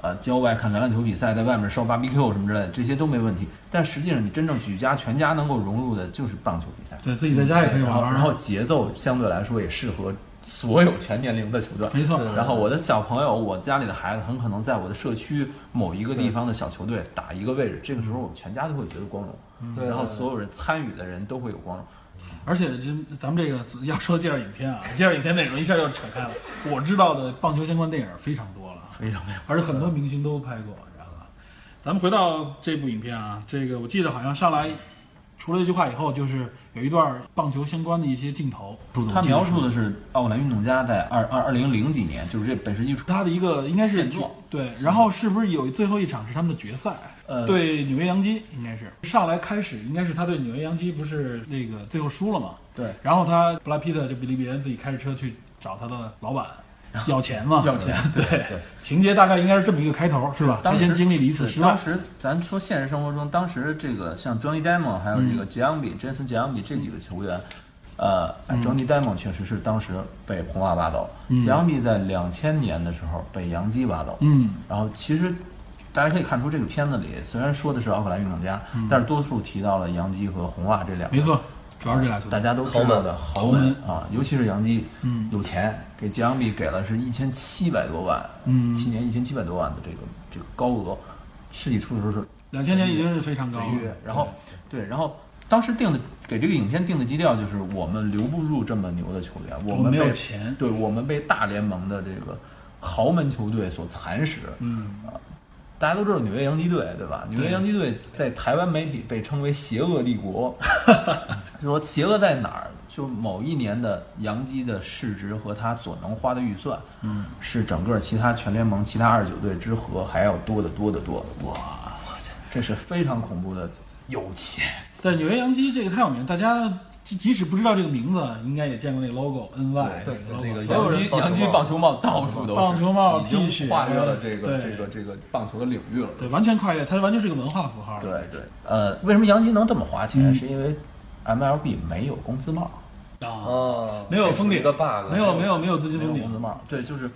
[SPEAKER 4] 呃郊外看橄榄球比赛，在外面烧 BBQ 什么之类的，这些都没问题。但实际上，你真正举家全家能够融入的就是棒球比赛，
[SPEAKER 2] 对，自己在家也可以
[SPEAKER 4] 然
[SPEAKER 2] 玩
[SPEAKER 4] 后
[SPEAKER 2] 玩。
[SPEAKER 4] 然后节奏相对来说也适合所有全年龄的球队。
[SPEAKER 2] 没错，
[SPEAKER 3] 对
[SPEAKER 4] 然后我的小朋友，我家里的孩子很可能在我的社区某一个地方的小球队打一个位置，这个时候我们全家都会觉得光荣，
[SPEAKER 3] 对
[SPEAKER 4] 嗯然后
[SPEAKER 3] 对对
[SPEAKER 4] 所有人参与的人都会有光荣。
[SPEAKER 2] 而且这咱们这个要说介绍影片啊，介绍影片内容一下就扯开了。我知道的棒球相关电影非常多了，啊
[SPEAKER 4] 非常非常
[SPEAKER 2] 而且很多明星都拍过，知道吧？咱们回到这部影片啊，这个我记得好像上来除了这句话以后，就是有一段棒球相关的一些镜头，
[SPEAKER 4] 他描述的是奥克兰运动家在二二二零零几年，就是这本世纪初，
[SPEAKER 2] 他的一个应该是
[SPEAKER 4] 现状
[SPEAKER 2] 对，然后是不是有最后一场是他们的决赛？
[SPEAKER 4] 呃
[SPEAKER 2] 对纽约洋基应该是上来开始应该是他对纽约洋基不是那个最后输了嘛？
[SPEAKER 4] 对，
[SPEAKER 2] 然后他布拉皮特就比利别人自己开着车去找他的老板要钱嘛， 要钱。对，情节大概应该是这么一个开头，是吧？
[SPEAKER 4] 当
[SPEAKER 2] 他
[SPEAKER 4] 时
[SPEAKER 2] 先经历了一次
[SPEAKER 4] 对
[SPEAKER 2] 失败
[SPEAKER 4] 当，时咱说现实生活中，当时这个像 Johnny Damon 还有这个 Giambi、Jason Giambi 这几个球员，呃、j o h n n y Damon 确实是当时被红袜挖走、g i a m b i 在两千年的时候被洋基挖走，
[SPEAKER 2] 嗯，
[SPEAKER 4] 然后其实大家可以看出，这个片子里虽然说的是奥克兰运动家，但是多数提到了洋基和红袜这两个，
[SPEAKER 2] 没，错，主要是这俩球
[SPEAKER 4] 大
[SPEAKER 2] 队。
[SPEAKER 4] 家都知道的
[SPEAKER 2] 豪
[SPEAKER 4] 豪
[SPEAKER 2] 门
[SPEAKER 4] 门啊，尤其是洋基，
[SPEAKER 2] 嗯，
[SPEAKER 4] 有钱，给吉昂比给了是一千七百多万，
[SPEAKER 2] 嗯
[SPEAKER 4] 七年一千七百多万的这个这个高额，世纪初的时候是
[SPEAKER 2] 两千年已经是非常高
[SPEAKER 4] 违约
[SPEAKER 2] 了，，
[SPEAKER 4] 然后对，然后。当时定的给这个影片定的基调就是我们留不住这么牛的球员，
[SPEAKER 2] 我
[SPEAKER 4] 我
[SPEAKER 2] 们
[SPEAKER 4] 们
[SPEAKER 2] 没有
[SPEAKER 4] 被
[SPEAKER 2] 钱
[SPEAKER 4] 对我们被大联盟的这个豪门球队所蚕食，
[SPEAKER 2] 嗯，
[SPEAKER 4] 大家都知道纽约洋基队，对吧？纽约洋基队在台湾媒体被称为“邪恶帝 国”，就说邪恶在哪儿？就某一年的洋基的市值和他所能花的预算，嗯，是整个其他全联盟其他二十九队之和还要多得多得多。哇，哇塞，这是非常恐怖的有钱。
[SPEAKER 2] 对纽约洋基这个太有名，大家即即使不知道这个名字，应该也见过那 logo N Y
[SPEAKER 3] 对
[SPEAKER 4] 那个
[SPEAKER 2] 所有
[SPEAKER 4] 洋
[SPEAKER 2] 人
[SPEAKER 4] 基
[SPEAKER 3] 棒球帽
[SPEAKER 4] 洋基棒球帽到处都是，
[SPEAKER 2] 棒球帽
[SPEAKER 4] 已经
[SPEAKER 2] T 恤
[SPEAKER 4] 跨越了这个
[SPEAKER 2] 对
[SPEAKER 4] 这个这个棒球的领域了。
[SPEAKER 2] 对完全跨越，它完全是个文化符号。啊
[SPEAKER 4] 对对，呃，为什么洋基能这么花钱？
[SPEAKER 2] 嗯
[SPEAKER 4] 是因为 MLB 没有工资帽。
[SPEAKER 2] 啊，
[SPEAKER 3] 哦，
[SPEAKER 2] 没有封顶
[SPEAKER 3] 这是一个 bug，
[SPEAKER 2] 没有没有没有资金
[SPEAKER 4] 没
[SPEAKER 2] 封
[SPEAKER 4] 有工
[SPEAKER 2] 顶
[SPEAKER 4] 资，帽，对，就是，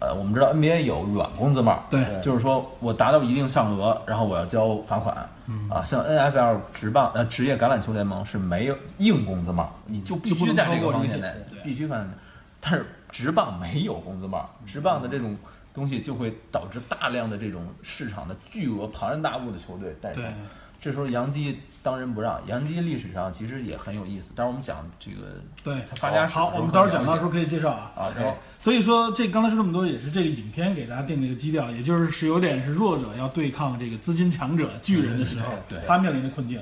[SPEAKER 4] 呃，我们知道 NBA 有软工资帽，
[SPEAKER 2] 对
[SPEAKER 4] 就是说我达到一定上额，然后我要交罚款，
[SPEAKER 2] 嗯
[SPEAKER 4] 啊，像 NFL 职棒呃职业橄榄球联盟是没有硬工资帽，你就必
[SPEAKER 2] 就不
[SPEAKER 4] 须
[SPEAKER 2] 能
[SPEAKER 4] 在
[SPEAKER 2] 超
[SPEAKER 4] 这
[SPEAKER 2] 过这
[SPEAKER 4] 个
[SPEAKER 2] 个
[SPEAKER 4] 防
[SPEAKER 2] 线
[SPEAKER 4] 线内
[SPEAKER 2] 对，
[SPEAKER 4] 必须犯，但是职棒没有工资帽，
[SPEAKER 2] 嗯
[SPEAKER 4] 职棒的这种。东西就会导致大量的这种市场的巨额庞然大物的球队诞生
[SPEAKER 2] 对。
[SPEAKER 4] 这时候洋基当仁不让，洋基历史上其实也很有意思。待会儿我们讲这个
[SPEAKER 2] 对
[SPEAKER 4] 它发家史的时候
[SPEAKER 2] 好，我们到时候讲到
[SPEAKER 4] 了
[SPEAKER 2] 时
[SPEAKER 4] 解
[SPEAKER 2] 候可以介绍啊。
[SPEAKER 4] 啊，然后
[SPEAKER 2] 所以说，这刚才说这么多，也是这个影片给大家定了一个基调，也就是是有点是弱者要对抗这个资金强者巨人的时候，
[SPEAKER 4] 对对嗯
[SPEAKER 2] 他面临的困境，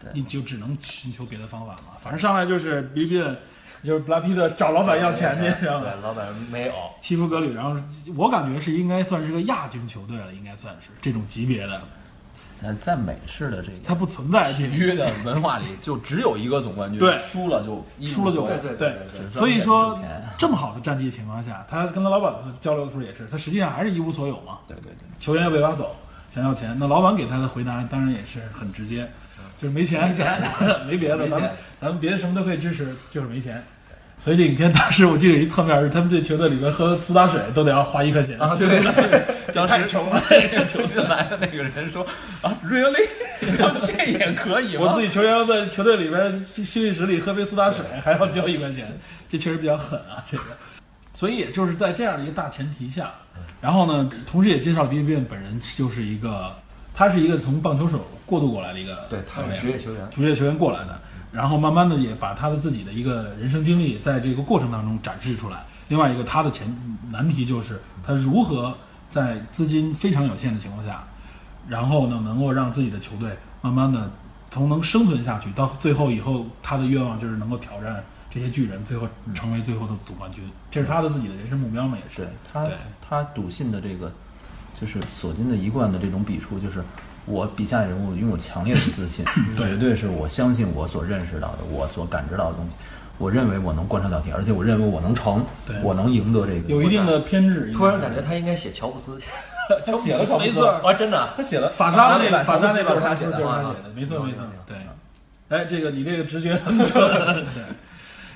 [SPEAKER 4] 对
[SPEAKER 2] 你就只能寻求别的方法嘛。反正上来就是比比，就是布拉皮特找老板要钱去，知道吧？
[SPEAKER 3] 对，老板 没有，
[SPEAKER 2] 欺负格里，然后我感觉是应该算是个亚军球队了，应该算是这种级别的，
[SPEAKER 4] 在在美式的这
[SPEAKER 2] 它
[SPEAKER 4] 个
[SPEAKER 2] 不存在
[SPEAKER 4] 体育的文化里，就只有一个总冠军，
[SPEAKER 2] 对
[SPEAKER 4] 输了就一无
[SPEAKER 2] 输了就
[SPEAKER 4] 所谓
[SPEAKER 2] 对对
[SPEAKER 3] 对对对
[SPEAKER 4] 对
[SPEAKER 2] 所以说
[SPEAKER 4] 赚钱
[SPEAKER 2] 这么好的战绩情况下，他跟他老板交流的时候也是，他实际上还是一无所有嘛。
[SPEAKER 4] 对对对，
[SPEAKER 2] 球员要被挖走，想要钱，那老板给他的回答当然也是很直 接，就是没钱，没别的，
[SPEAKER 3] 没钱
[SPEAKER 2] 咱们咱们别的什么都可以支持，就是没钱。所以这影片当时我记得有一侧面是他们这球队里面喝苏打水都得要花一块钱
[SPEAKER 3] 啊，对，
[SPEAKER 4] 当时
[SPEAKER 3] 太穷了，
[SPEAKER 4] 球进来的那个人说啊，really，这也可以吗？
[SPEAKER 2] 我自己球员在球队里边休息室里喝杯苏打水还要交一块钱，这确实比较狠啊，这个。所以也就是在这样的一个大前提下，然后呢，同时也介绍了 B B 本人就是一个，他是一个从棒球手过渡过来的一个
[SPEAKER 3] 对他
[SPEAKER 2] 教
[SPEAKER 3] 是
[SPEAKER 2] 练
[SPEAKER 3] 职业球员，
[SPEAKER 2] 职业球员过来的，然后慢慢的也把他的自己的一个人生经历在这个过程当中展示出来。另外一个他的前难题就是他如何在资金非常有限的情况下，然后呢能够让自己的球队慢慢的从能生存下去到最后以后他的愿望就是能够挑战这些巨人，最后
[SPEAKER 3] 嗯
[SPEAKER 2] 成为最后的总冠军，这是他的自己的人生目标嘛，也是
[SPEAKER 4] 对他
[SPEAKER 2] 对
[SPEAKER 4] 他笃信的这个，就是索金的一贯的这种笔触，就是我笔下人物拥有强烈的自信，
[SPEAKER 2] 对
[SPEAKER 4] 绝对是我相信我所认识到的，我所感知到的东西，我认为我能贯彻到底，而且我认为我能成
[SPEAKER 2] 对，
[SPEAKER 4] 我能赢得这个。
[SPEAKER 2] 有一定的偏执。
[SPEAKER 3] 突然感觉他应该写乔布斯去，
[SPEAKER 4] 他写了乔布斯
[SPEAKER 3] 没错啊，真的啊，
[SPEAKER 4] 他写了
[SPEAKER 2] 法沙那版，
[SPEAKER 4] 版，
[SPEAKER 2] 法沙那版
[SPEAKER 4] 版是他
[SPEAKER 2] 写
[SPEAKER 4] 写
[SPEAKER 2] 就是他
[SPEAKER 4] 的。
[SPEAKER 2] 写的，没错没错，对。哎，这个你这个直觉很准。 对。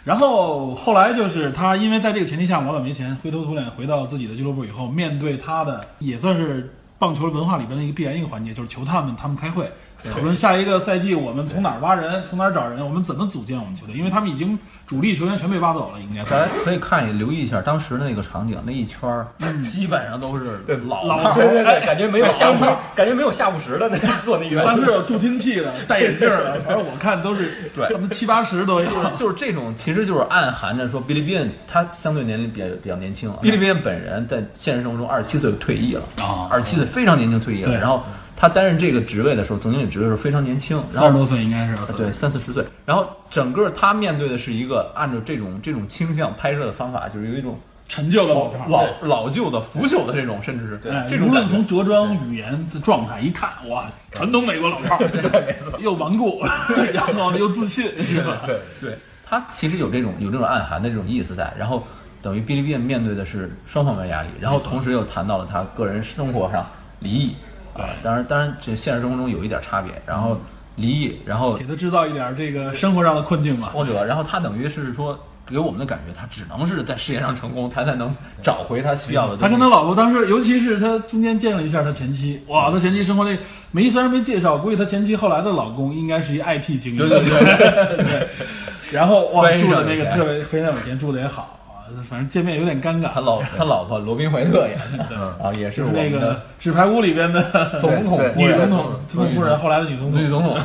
[SPEAKER 2] 然后后来就是他，因为在这个前提下，老板没钱，灰头土脸回到自己的俱乐部以后，面对他的也算是棒球文化里边的一个必然一个环节，就是球探们他们开会讨论下一个赛季我们从哪儿挖人，从哪儿找人，我们怎么组建我们球队，因为他们已经主力球员全被挖走了，应该
[SPEAKER 4] 大
[SPEAKER 2] 算
[SPEAKER 4] 家可以看一留意一下当时的那个场景，那一圈儿基本上都是老
[SPEAKER 2] 嗯老
[SPEAKER 4] 老
[SPEAKER 2] 炮
[SPEAKER 3] 对对对，
[SPEAKER 2] 哎
[SPEAKER 3] 感觉没有下午，感觉没有下午时的那做那个
[SPEAKER 2] 当时
[SPEAKER 3] 员，
[SPEAKER 2] 有助听器的，戴眼镜的，反正我看都是
[SPEAKER 4] 对
[SPEAKER 2] 什么七八十都有。
[SPEAKER 4] 就是这种，其实就是暗含着说，哔哩哔哩他相对年龄比较比较年轻啊。哔哩哔哩本人在现实生活中二十七岁退役了
[SPEAKER 2] 啊
[SPEAKER 4] 二十七岁非常年轻退役了。
[SPEAKER 2] 对
[SPEAKER 4] 然后他担任这个职位的时候，总经理职位的时候非常年轻，
[SPEAKER 2] 三
[SPEAKER 4] 然
[SPEAKER 2] 十
[SPEAKER 4] 后
[SPEAKER 2] 多岁应该是
[SPEAKER 4] 对三四十岁，然后整个他面对的是一个按照这种这种倾向拍摄的方法，就是有一种
[SPEAKER 2] 陈旧的老片儿
[SPEAKER 4] 老老旧的腐朽的这种，甚至是
[SPEAKER 2] 哎
[SPEAKER 4] 这
[SPEAKER 2] 啊无
[SPEAKER 4] 种
[SPEAKER 2] 论
[SPEAKER 4] 感觉
[SPEAKER 2] 从。着装、语言、状态一看，哇，传统美国老 炮儿，对，没错，又顽固， 然后呢又自信，是吧？对，
[SPEAKER 4] 对，它其实有这种有这种暗含的这种意思在，然后等于哔哩哔哩面对的是双方面压力，然后同时又谈到了他个人生活上离异，
[SPEAKER 2] 对
[SPEAKER 4] 啊，当然当然这现实生活中有一点差别，然后离异，然后
[SPEAKER 2] 给他制造一点这个生活上的困境吧。
[SPEAKER 4] 挫折，然后他等于是说给我们的感觉，他只能是在事业上成功，他才能找回他需要的
[SPEAKER 2] 他
[SPEAKER 4] 东西。
[SPEAKER 2] 跟他老婆当时，尤其是他中间见了一下他前妻，
[SPEAKER 4] 嗯
[SPEAKER 2] 哇，他前妻生活那没虽然没介绍，估计他前妻后来的老公应该是一 IT 精英，对对对 然后哇，
[SPEAKER 4] 非常
[SPEAKER 2] 住的
[SPEAKER 4] 有
[SPEAKER 2] 那个
[SPEAKER 4] 钱
[SPEAKER 2] 特别非常有钱，住的也好啊，反正见面有点尴
[SPEAKER 4] 他
[SPEAKER 2] 尬，
[SPEAKER 4] 老他老婆罗宾怀特演的啊，也是
[SPEAKER 2] 就
[SPEAKER 4] 我
[SPEAKER 2] 是那
[SPEAKER 4] 们
[SPEAKER 2] 个《
[SPEAKER 4] 的
[SPEAKER 2] 纸牌屋》里边的
[SPEAKER 4] 总统
[SPEAKER 3] 对嗯
[SPEAKER 4] 夫
[SPEAKER 2] 女
[SPEAKER 4] 人
[SPEAKER 2] 总统、总统夫人，后来的女总统，
[SPEAKER 4] 女总统。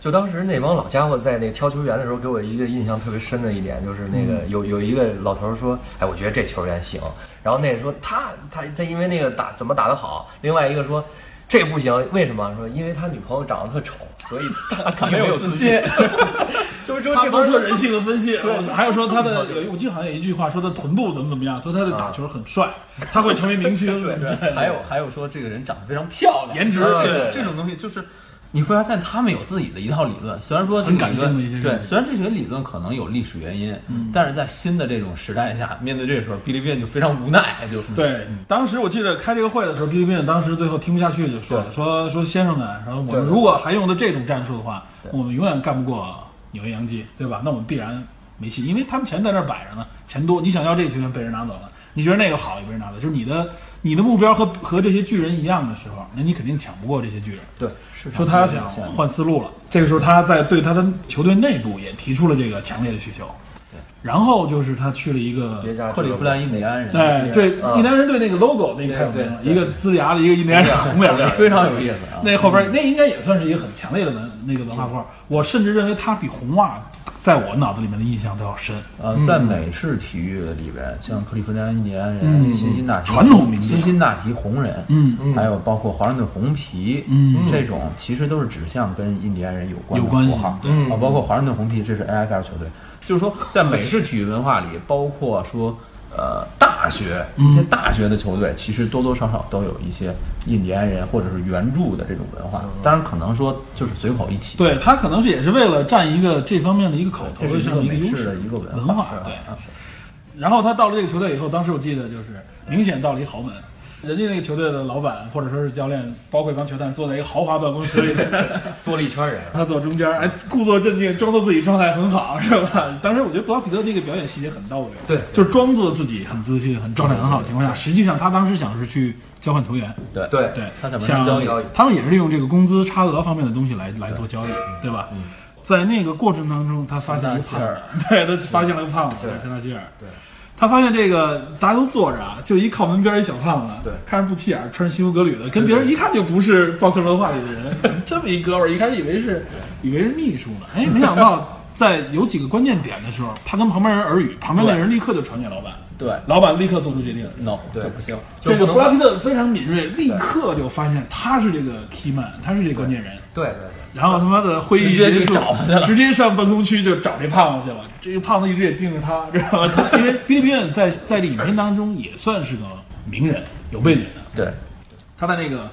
[SPEAKER 3] 就当时那帮老家伙在那挑球员的时候，给我一个印象特别深的一点，就是那个有有一个老头儿说：“哎，我觉得这球员行。”然后那个说他他他因为那个打怎么打得好，另外一个说这不行，为什么？说因为他女朋友长得特丑，所以他他没有自信。 就是说
[SPEAKER 2] 他
[SPEAKER 3] 这
[SPEAKER 2] 不
[SPEAKER 3] 帮
[SPEAKER 2] 是
[SPEAKER 3] 人
[SPEAKER 2] 说人性的分析，还有说他的，有一我记得好像有一句话说他臀部怎么怎么样，说他的打球很帅，他会成为明星，啊 对
[SPEAKER 4] 还有还有说这个人长得非常漂亮，
[SPEAKER 2] 颜值
[SPEAKER 4] 这
[SPEAKER 2] 对
[SPEAKER 4] 种这种东西就是。你会发现他们有自己的一套理论，虽然说这个
[SPEAKER 2] 很感
[SPEAKER 4] 理论
[SPEAKER 2] 性的一些嗯理
[SPEAKER 4] 对，
[SPEAKER 2] 论
[SPEAKER 4] 虽然这些理论可能有历史原因，但是在新的这种时代下，面对这时候，哔哩哔哩就非常无奈，就
[SPEAKER 2] 嗯对，当时我记得开这个会的时候，毕斌当时最后听不下去就说了，说说先生们，然后我
[SPEAKER 3] 对
[SPEAKER 2] 们
[SPEAKER 3] 对
[SPEAKER 2] 如果还用的这种战术的话，我们永远干不过纽约洋基，对吧？那我们必然没戏，因为他们钱在那儿摆着呢，钱多，你想要这个球员被人拿走了，你觉得那个好也被人拿走，就是你的你的目标和和这些巨人一样的时候，那你肯定抢不过这些巨人。
[SPEAKER 3] 对
[SPEAKER 2] 说他想换思路了。这个时候，他在对他的球队内部也提出了这个强烈的需求。然后就是他去了一个，
[SPEAKER 3] 别家
[SPEAKER 4] 克利夫兰印第安人，
[SPEAKER 2] 哎，对，
[SPEAKER 3] 嗯
[SPEAKER 2] 印第安人队那个 logo 那个太有名了，
[SPEAKER 3] 对对
[SPEAKER 2] 一个龇牙的，一个印第安人红脸儿。
[SPEAKER 4] 非常有意啊思啊。
[SPEAKER 2] 那后边那应该也算是一个很强烈的文那个文
[SPEAKER 4] 嗯
[SPEAKER 2] 化符号。我甚至认为他比红袜在我脑子里面的印象都要深。
[SPEAKER 4] 呃，在美式体育里边，像克利夫兰印第安
[SPEAKER 2] 嗯
[SPEAKER 4] 人、辛辛那提
[SPEAKER 2] 传统名字
[SPEAKER 4] 辛辛那提红人，
[SPEAKER 2] 嗯
[SPEAKER 3] 嗯
[SPEAKER 4] 还有包括华盛顿红皮，
[SPEAKER 2] 嗯
[SPEAKER 4] 这种其实都是指向跟印第安人有关
[SPEAKER 2] 有关系嗯
[SPEAKER 4] 的符号，
[SPEAKER 2] 对
[SPEAKER 4] 啊，包括华盛顿红皮，这是 NFL 球队，就是说在美式体育文化里，包括说。呃，大学一
[SPEAKER 2] 嗯
[SPEAKER 4] 些大学的球队其实多多少少都有一些印第安人或者是原住的这种文化，当然可能说就是随口一起，
[SPEAKER 2] 嗯对他可能是也是为了占一个这方面的一个口头
[SPEAKER 4] 这是一
[SPEAKER 2] 上的
[SPEAKER 4] 个
[SPEAKER 2] 一个
[SPEAKER 4] 美
[SPEAKER 2] 优
[SPEAKER 4] 式
[SPEAKER 2] 势
[SPEAKER 4] 的一个文
[SPEAKER 2] 文
[SPEAKER 4] 化啊
[SPEAKER 2] 化对。然后他到了这个球队以后，当时我记得就是明显到了一豪门，人家那个球队的老板或者说是教练，包括一帮球探，坐在一个豪华办公室里，
[SPEAKER 3] 坐了一圈人。
[SPEAKER 2] 他走中间，哎，故作镇静，装作自己状态很好，是吧？ 当时我觉得布拉皮特那个表演细节很到位，
[SPEAKER 3] 对
[SPEAKER 2] 就是装作自己很自信、很状态很好的情况下，实际上他当时想是去交换球员，
[SPEAKER 4] 对
[SPEAKER 3] 对
[SPEAKER 2] 对，
[SPEAKER 4] 他想
[SPEAKER 2] 想
[SPEAKER 4] 完成交易
[SPEAKER 3] 交易
[SPEAKER 2] 他们也是用这个工资差额方面的东西来来做交易，对吧？在那个过程当中，他发现了一个胖子，对他发现了一个胖子，
[SPEAKER 3] 对
[SPEAKER 2] 叫纳吉尔，
[SPEAKER 3] 对。
[SPEAKER 2] 他发现这个大家都坐着啊，就一靠门边一小胖子，
[SPEAKER 3] 对
[SPEAKER 2] 看着不起眼儿，穿着西服革履的，跟别人一看就不是棒球文化里的人。 这么一哥们儿，一开始以为是以为是秘书呢，哎，没想到在有几个关键点的时候，他跟旁边人耳语，旁边那人立刻就传给老板，
[SPEAKER 4] 对
[SPEAKER 2] 老板立刻做出决定，
[SPEAKER 4] ，no，
[SPEAKER 3] 对
[SPEAKER 4] 这不行。
[SPEAKER 3] 就
[SPEAKER 2] 这个
[SPEAKER 3] 不能
[SPEAKER 2] 布拉皮特非常敏锐，立刻就发现他是这个 key man，他是这关键人。
[SPEAKER 3] 对对对，
[SPEAKER 2] 然后他妈的会议
[SPEAKER 4] 直接
[SPEAKER 2] 结
[SPEAKER 4] 去
[SPEAKER 2] 束，
[SPEAKER 4] 找他去了
[SPEAKER 2] 直接上办公区就找这胖子去了。这个胖子一直也盯着他，知道吗？他 因为哔哩哔哩在在这影片当中也算是个名人，有背景的。
[SPEAKER 4] 对，
[SPEAKER 2] 他在那个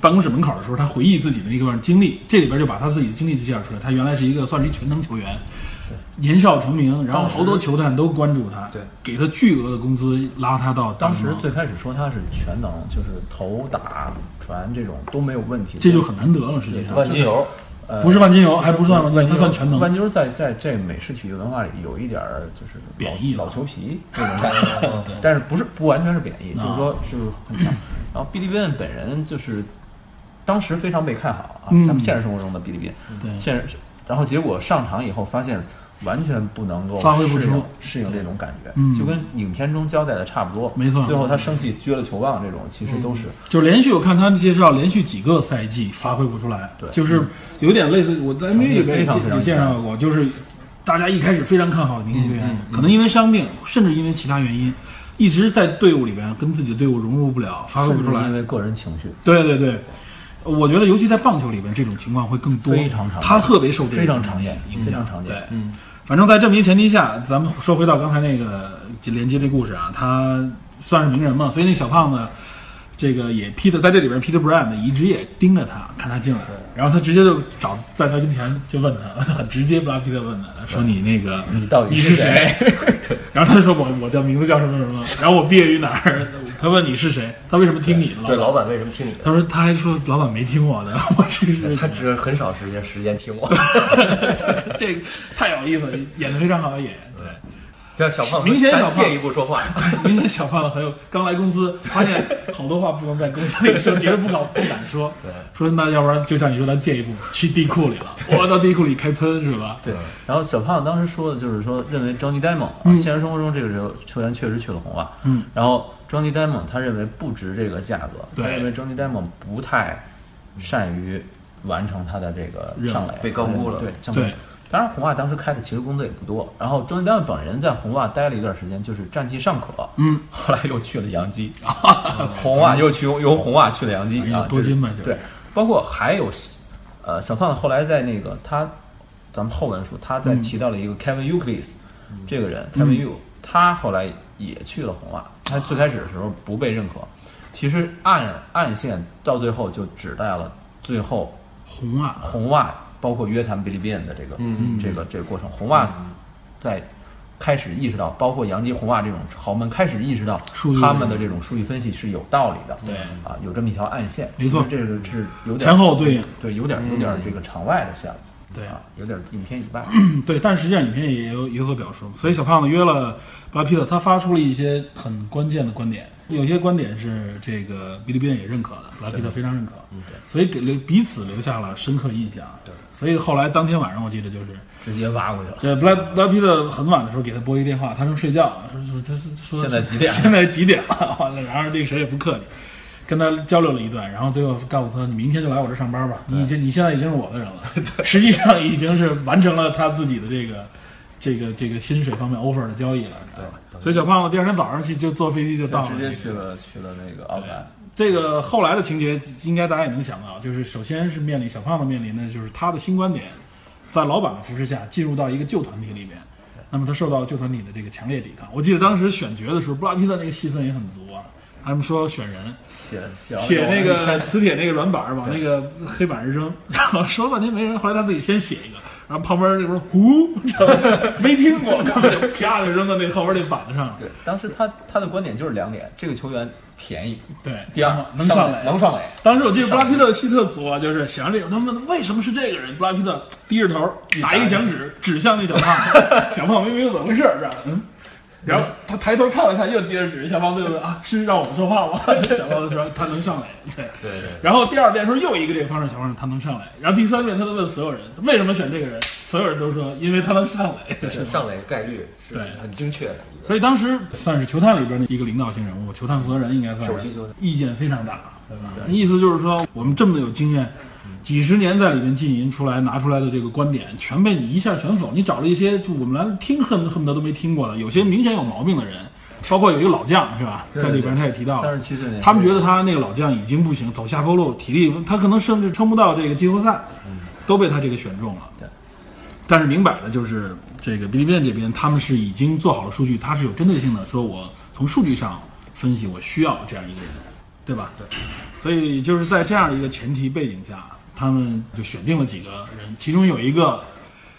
[SPEAKER 2] 办公室门口的时候，他回忆自己的那段经历，这里边就把他自己的经历介绍出来。他原来是一个算是一全能球员，年少成名，然后好多球探都关注他，
[SPEAKER 3] 对，
[SPEAKER 2] 给他巨额的工资，拉他到
[SPEAKER 4] 当
[SPEAKER 2] 联
[SPEAKER 4] 时
[SPEAKER 2] 盟
[SPEAKER 4] 最开始说他是全能，就是投打传这种都没有问题，
[SPEAKER 2] 这就很难得了，实际上
[SPEAKER 4] 万
[SPEAKER 3] 金油，
[SPEAKER 4] 呃
[SPEAKER 2] 不是万金油，还不算万金油，
[SPEAKER 4] 金
[SPEAKER 2] 他算全能。
[SPEAKER 4] 万金在在这美式体育文化里有一点儿就是老
[SPEAKER 2] 贬义了
[SPEAKER 4] 老球皮这种感觉，但是不是不完全是贬义，
[SPEAKER 2] 啊
[SPEAKER 4] 就是说就是很强。然后哔哩哔哩本人就是当时非常被看好啊，
[SPEAKER 2] 嗯
[SPEAKER 4] 他们现实生活中的哔哩哔哩，
[SPEAKER 2] 对
[SPEAKER 4] 现实，然后结果上场以后发现完全不能够
[SPEAKER 2] 发挥不出
[SPEAKER 4] 适应适应这种感觉，
[SPEAKER 2] 嗯
[SPEAKER 4] 就跟影片中交代的差不多，
[SPEAKER 2] 没错嗯
[SPEAKER 4] 最后他生气撅了球棒这种，其实都是
[SPEAKER 2] 就是连续我看他介绍，连续几个赛季发挥不出来，
[SPEAKER 4] 对
[SPEAKER 2] 就是有点类似我在 NBA 里边也
[SPEAKER 4] 非常
[SPEAKER 2] 介
[SPEAKER 4] 非常
[SPEAKER 2] 也介绍过，就是大家一开始非常看好的明星球
[SPEAKER 4] 嗯
[SPEAKER 2] 员，可能因为伤病，甚至因为其他原因，一直在队伍里边跟自己的队伍融入不了，发挥不出
[SPEAKER 4] 甚至因
[SPEAKER 2] 来。
[SPEAKER 4] 为个人情绪。
[SPEAKER 2] 对对对，我觉得尤其在棒球里边，这种情况会更多，
[SPEAKER 4] 非常常见
[SPEAKER 2] 他特别受这个
[SPEAKER 4] 非常常见
[SPEAKER 2] 影响，
[SPEAKER 4] 非常常见
[SPEAKER 2] 对，嗯，反正在这么一前提下，咱们说回到刚才那个连接这故事啊，他算是名人嘛，所以那小胖子。这个也 Peter 在这里边，Peter Brand 一直也盯着他，看他进来，然后他直接就找在他跟前就问他，很直接，布拉皮特问他说：“你那个
[SPEAKER 4] 你到底
[SPEAKER 2] 你
[SPEAKER 4] 是
[SPEAKER 2] 谁？” 然后他就说我：“我叫名字叫什么什么，然后我毕业于哪儿？”他问你是谁？他为什么听你的？板
[SPEAKER 3] 对老板为什么听你的？
[SPEAKER 2] 他说他还说老板没听我的， 我这是
[SPEAKER 3] 他只是很少时间时间听 我。
[SPEAKER 2] 这个太有意思了，演的非常好演。对，
[SPEAKER 3] 这小胖子
[SPEAKER 2] 明显
[SPEAKER 3] 咱
[SPEAKER 2] 小胖
[SPEAKER 3] 借一步说话，
[SPEAKER 2] 明天小胖子很有，刚来公司，发现好多话不能在公司里说，觉得不敢不敢说。
[SPEAKER 3] 对，
[SPEAKER 2] 说那要不然就像你说，咱借一步去地库里了，我到地库里开喷是吧？
[SPEAKER 4] 对，然后小胖子当时说的就是说，认为 Johnny Diamond 啊，
[SPEAKER 2] 嗯
[SPEAKER 4] 现实生活中这个球球员确实去了红袜，
[SPEAKER 2] 嗯，
[SPEAKER 4] 然后 Johnny Diamond 他认为不值这个价格，
[SPEAKER 2] 对
[SPEAKER 4] 他认为 Johnny Diamond 不太善于完成他的这个上垒，啊
[SPEAKER 3] 被高估了
[SPEAKER 4] 对，上垒
[SPEAKER 2] 对，
[SPEAKER 4] 当然红袜当时开的其实工资也不多，然后 Johnny Diamond 本人在红袜待了一段时间，就是战绩尚可，
[SPEAKER 2] 嗯，
[SPEAKER 4] 后来又去了洋基， 红袜又去由红袜去了洋基
[SPEAKER 2] 哎呀
[SPEAKER 4] 啊，
[SPEAKER 2] 多金呗
[SPEAKER 4] 这是
[SPEAKER 2] 就是
[SPEAKER 4] 对，包括还有，呃，小胖子后来在那个他，咱们后文说他
[SPEAKER 2] 嗯
[SPEAKER 4] 在提到了一个 Kevin Euclid、这个人，Kevin U，、他后来也去了红袜，他最开始的时候不被认可，其实暗暗线到最后就指代了最后
[SPEAKER 2] 红啊，
[SPEAKER 4] 红袜，包括约谈哔哩哔哩的这个、
[SPEAKER 3] 嗯
[SPEAKER 4] 这个这个过程，红袜在开始意识到，包括洋基、红袜这种豪门开始意识到
[SPEAKER 2] 数据
[SPEAKER 4] 他们的这种数据分析是有道理的，
[SPEAKER 2] 对
[SPEAKER 4] 啊，有这么一条暗线，
[SPEAKER 2] 没错
[SPEAKER 4] 其实这个是有点
[SPEAKER 2] 前后对应
[SPEAKER 4] 对，有点有点这个场外的线了，
[SPEAKER 2] 对嗯
[SPEAKER 4] 啊，有点影片以外，
[SPEAKER 2] 对，但实际上影片也有有所表述，所以小胖子约了布拉皮特，他发出了一些很关键的观点，有些观点是这个哔哩哔哩也认可的，布拉皮特非常认可，所以给留彼此留下了深刻印象。对，所以后来当天晚上我记得就是，
[SPEAKER 4] 直接挖过去了。
[SPEAKER 2] 对布拉布拉皮特很晚的时候给他拨一电话，他正睡觉呢，说说他说
[SPEAKER 4] 现在几点
[SPEAKER 2] 现在几点了？ 完了，然后这个谁也不客气。跟他交流了一段，然后最后告诉他：“你明天就来我这上班吧，你已经你现在已经是我的人 了。实际上已经是完成了他自己的这个这个这个薪水方面 offer 的交易了。你知道吧所以小胖子第二天早上去就坐飞机就到了
[SPEAKER 4] 直
[SPEAKER 2] 那个，
[SPEAKER 4] 接去了呃去了那个奥克兰，
[SPEAKER 2] 这个后来的情节，应该大家也能想到，就是首先是面临小胖子面临的就是他的新观点，在老板的扶持下进入到一个旧团体里边，那么他受到了旧团体的这个强烈抵抗。我记得当时选角的时候，布拉皮特那个戏份也很足啊，他们说选人
[SPEAKER 4] 写写
[SPEAKER 2] 写那
[SPEAKER 4] 完之后
[SPEAKER 2] 个磁铁那个软板儿往那个黑板上扔，然后说了半天没人，后来他自己先写一个，然后旁边那边呼， 没听过，然后就啪就扔到那后边那板子上了。
[SPEAKER 5] 对，当时他他的观点就是两点：这个球员便宜，
[SPEAKER 2] 对，
[SPEAKER 5] 第二
[SPEAKER 2] 能
[SPEAKER 5] 上
[SPEAKER 2] 上来。
[SPEAKER 5] 能上垒。
[SPEAKER 2] 当时我记得布拉皮特希特左就是想着这个，他们为什么是这个人？布拉皮特低着头打一个响指，指向那小 胖，小胖没明白怎么回事儿，这样嗯。然后他抬头看了看，又接着指着小胖对问啊，是让我们说话 吗？小胖就说他能上来，对。
[SPEAKER 3] 对对，
[SPEAKER 2] 然后第二遍时候又一个这个方式，小胖他能上来。然后第三遍他就问所有人为什么选这个人，所有人都说因为他能上来。
[SPEAKER 3] 是上垒概率是
[SPEAKER 2] 对
[SPEAKER 3] 很精确的。
[SPEAKER 2] 所以当时算是球探里边的一个领导性人物，球探负责人应该算是
[SPEAKER 3] 首席球探
[SPEAKER 2] 意见非常大，对吧？意思就是说，我们这么有经验，几十年在里面浸淫出来拿出来的这个观点，全被你一下全否。你找了一些就我们来听恨恨不得都没听过的，有些明显有毛病的人，包括有一个老将是吧，在里边他也提到了
[SPEAKER 4] 三十七岁那年，
[SPEAKER 2] 他们觉得他那个老将已经不行，走下坡路，体力他可能甚至撑不到这个季后赛，都被他这个选中了。但是明摆的就是这个哔哩哔哩这边，他们是已经做好了数据，他是有针对性的，说我从数据上分析，我需要这样一个人，对吧？对。所以就是在这样一个前提背景下，他们就选定了几个人，其中有一个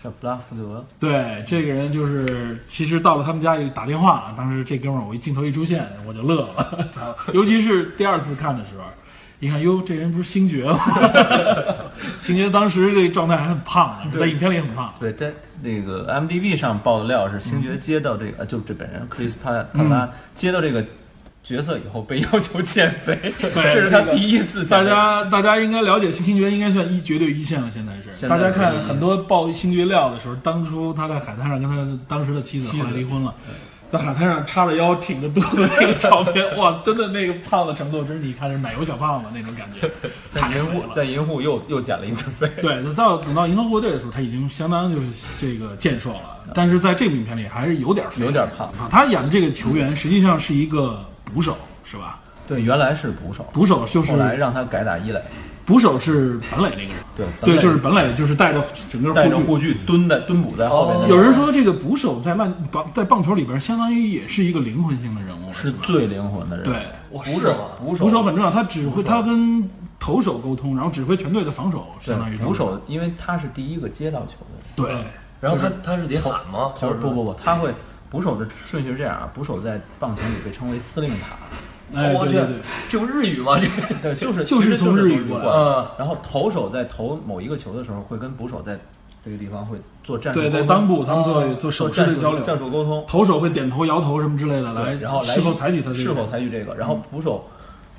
[SPEAKER 4] 叫布拉福德，
[SPEAKER 2] 对，这个人就是，其实到了他们家也打电话，当时这哥们儿我一镜头一出现，我就乐了， 尤其是第二次看的时候，一看哟，这人不是星爵吗？ 星爵当时这状态还很胖呢，在影片里很胖，
[SPEAKER 4] 对，在那个 m d b 上报的料是星爵接到这个，呃就这本人克里斯帕帕拉接到这个角色以后被要求减肥， 这是他第一次
[SPEAKER 2] 大
[SPEAKER 4] 减肥。
[SPEAKER 2] 家大家应该了解，星爵应该算一绝对一线了，现在是。
[SPEAKER 4] 现在
[SPEAKER 2] 大家
[SPEAKER 4] 是
[SPEAKER 2] 看很多爆星爵料的时候，当初他在海滩上跟他当时的 妻子后来离婚了，在海滩上叉着腰挺着肚子那个 照片，哇，真的那个胖的程度，真是你看是奶油小胖子那种感觉，
[SPEAKER 4] 在
[SPEAKER 2] 太
[SPEAKER 4] 银
[SPEAKER 2] 肥
[SPEAKER 4] 户
[SPEAKER 2] 了。
[SPEAKER 4] 在银户又又减了一次肥，
[SPEAKER 2] 对，那到等到银河护卫队的时候，他已经相当就是这个健硕了，但是在这部影片里还是有点肥
[SPEAKER 4] 嗯有点胖
[SPEAKER 2] 啊。他演的这个球员实际上是一个捕手，是吧？
[SPEAKER 4] 对，原来是捕手，
[SPEAKER 2] 捕手就是
[SPEAKER 4] 后来让他改打一垒，
[SPEAKER 2] 捕手是本垒那个人，
[SPEAKER 4] 对本
[SPEAKER 2] 对，
[SPEAKER 4] 垒
[SPEAKER 2] 就是本垒，就是带着整个
[SPEAKER 4] 带着
[SPEAKER 2] 护
[SPEAKER 4] 护
[SPEAKER 2] 具。
[SPEAKER 4] 具哦蹲在蹲捕在后边的，
[SPEAKER 2] 有人说这个捕手在棒棒在棒球里边相当于也是一个灵魂性的人物，
[SPEAKER 4] 是
[SPEAKER 2] 吧？
[SPEAKER 4] 最灵魂的人，
[SPEAKER 2] 对，
[SPEAKER 3] 哇，
[SPEAKER 4] 捕
[SPEAKER 3] 是
[SPEAKER 4] 手啊
[SPEAKER 3] 吗？
[SPEAKER 4] 捕手
[SPEAKER 2] 捕手很重要，他指挥他跟投手沟通，然后指挥全队的防守，相当于
[SPEAKER 4] 对
[SPEAKER 2] 是
[SPEAKER 4] 捕手，因为他是第一个接到球的人。
[SPEAKER 2] 对。
[SPEAKER 3] 然后他他是得喊吗？就
[SPEAKER 4] 就
[SPEAKER 3] 是是
[SPEAKER 4] 不不不，他会捕手的顺序是这样啊，捕手在棒球里被称为司令塔，嗯
[SPEAKER 2] 哎，
[SPEAKER 3] 我
[SPEAKER 2] 对
[SPEAKER 3] 去
[SPEAKER 2] 对对，，
[SPEAKER 3] 这不日语吗？这
[SPEAKER 4] 对，就是
[SPEAKER 2] 就是
[SPEAKER 4] 其实
[SPEAKER 2] 从
[SPEAKER 4] 从
[SPEAKER 2] 日语
[SPEAKER 4] 语
[SPEAKER 2] 过来
[SPEAKER 4] 来的。
[SPEAKER 3] 嗯
[SPEAKER 4] 然后投手在投某一个球的时候，会跟捕手在这个地方会做战术
[SPEAKER 2] 对在
[SPEAKER 4] 沟通
[SPEAKER 2] 裆部他们做
[SPEAKER 4] 啊
[SPEAKER 2] 做手势
[SPEAKER 4] 战
[SPEAKER 2] 的
[SPEAKER 4] 术
[SPEAKER 2] 交流
[SPEAKER 4] 战术沟通，
[SPEAKER 2] 投手会点头、摇头什么之类的，来
[SPEAKER 4] 对，然后来
[SPEAKER 2] 是否采取他的嗯
[SPEAKER 4] 是否采取这个，然后捕手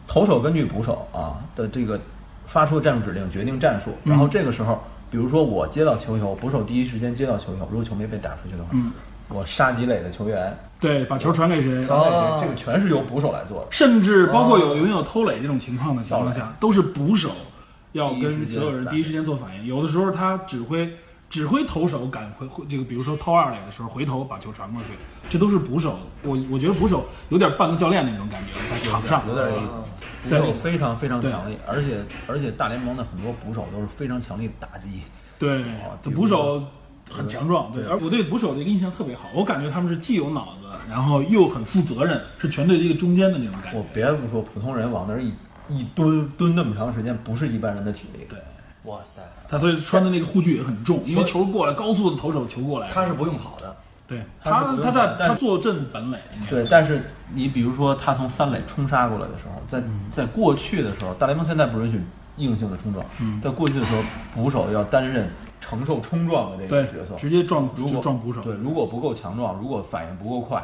[SPEAKER 4] 投手根据捕手啊的这个发出的战术指令决定战术，
[SPEAKER 2] 嗯
[SPEAKER 4] 然后这个时候。比如说，我接到球以后，捕手第一时间接到球以后，如果球没被打出去的话，
[SPEAKER 2] 嗯
[SPEAKER 4] 我杀几垒的球员，
[SPEAKER 2] 对把球传给谁？
[SPEAKER 3] 传 哦
[SPEAKER 4] 这个全是由捕手来做的。
[SPEAKER 2] 甚至包括有有没有偷垒这种情况的情况下，都是捕手要跟所有人第
[SPEAKER 4] 哦第
[SPEAKER 2] 一
[SPEAKER 4] 一
[SPEAKER 2] 时
[SPEAKER 4] 时
[SPEAKER 2] 间做反应。有的时候他指挥指挥投手赶回回这个，比如说偷二垒的时候回头把球传过去，这都是捕手。我我觉得捕手有点半个教练那种感觉，在场上
[SPEAKER 4] 有点意思。捕手非常非常
[SPEAKER 2] 对
[SPEAKER 4] 强力，而且而且大联盟的很多捕手都是非常强力的打击。
[SPEAKER 2] 对
[SPEAKER 4] 哦，
[SPEAKER 2] 这
[SPEAKER 4] 比如
[SPEAKER 2] 捕手很强壮，对，而我对捕手的印象特别好，我感觉他们是既有脑子，然后又很负责任，是全队的一个中间的那种感觉
[SPEAKER 4] 我。别不说，普通人往那儿一一蹲蹲那么长时间，不是一般人的体力。对，
[SPEAKER 3] 哇塞，
[SPEAKER 2] 他所以穿的那个护具也很重，因为球过来高速的投手球过来，
[SPEAKER 3] 他是不用跑的，
[SPEAKER 2] 对
[SPEAKER 4] 他是
[SPEAKER 2] 他
[SPEAKER 4] 不用
[SPEAKER 2] 他在
[SPEAKER 4] 但
[SPEAKER 2] 他坐镇本垒，应该
[SPEAKER 4] 对，但是你比如说他从三垒冲杀过来的时候，在
[SPEAKER 2] 嗯
[SPEAKER 4] 在过去的时候，大联盟现在不允许硬性的冲撞，
[SPEAKER 2] 嗯
[SPEAKER 4] 在过去的时候，捕手要担任承受冲撞的这个
[SPEAKER 2] 对
[SPEAKER 4] 角色。
[SPEAKER 2] 直接撞
[SPEAKER 4] 如
[SPEAKER 2] 就
[SPEAKER 4] 果
[SPEAKER 2] 撞捕手，
[SPEAKER 4] 对，如果不够强壮，如果反应不够快，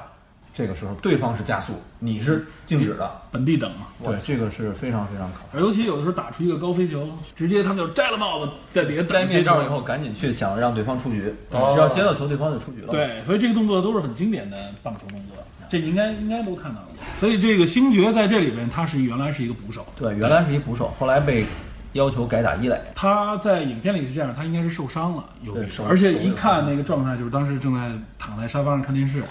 [SPEAKER 4] 这个时候对方是加速，你
[SPEAKER 2] 嗯
[SPEAKER 4] 是静止的。
[SPEAKER 2] 本地等嘛。
[SPEAKER 4] 对，这个是非常非常考
[SPEAKER 2] 而尤其有的时候打出一个高飞球，直接他们就摘了帽子在底下等
[SPEAKER 4] 摘面
[SPEAKER 2] 接球
[SPEAKER 4] 罩以后，，赶紧去想让对方出局，只
[SPEAKER 3] 哦
[SPEAKER 4] 要接到球，对方就出局了。，
[SPEAKER 2] 对，所以这个动作都是很经典的棒球动作，这你应该应该都看到过。所以这个星爵在这里边，他是原来是一个捕手，
[SPEAKER 4] 对，原来是一捕手，后来被要求改打一垒。
[SPEAKER 2] 他在影片里是这样，他应该是受伤了，有
[SPEAKER 4] 对
[SPEAKER 2] 一个
[SPEAKER 4] 受
[SPEAKER 2] 而且一看那个状态，就是当时正在躺在沙发上看电视，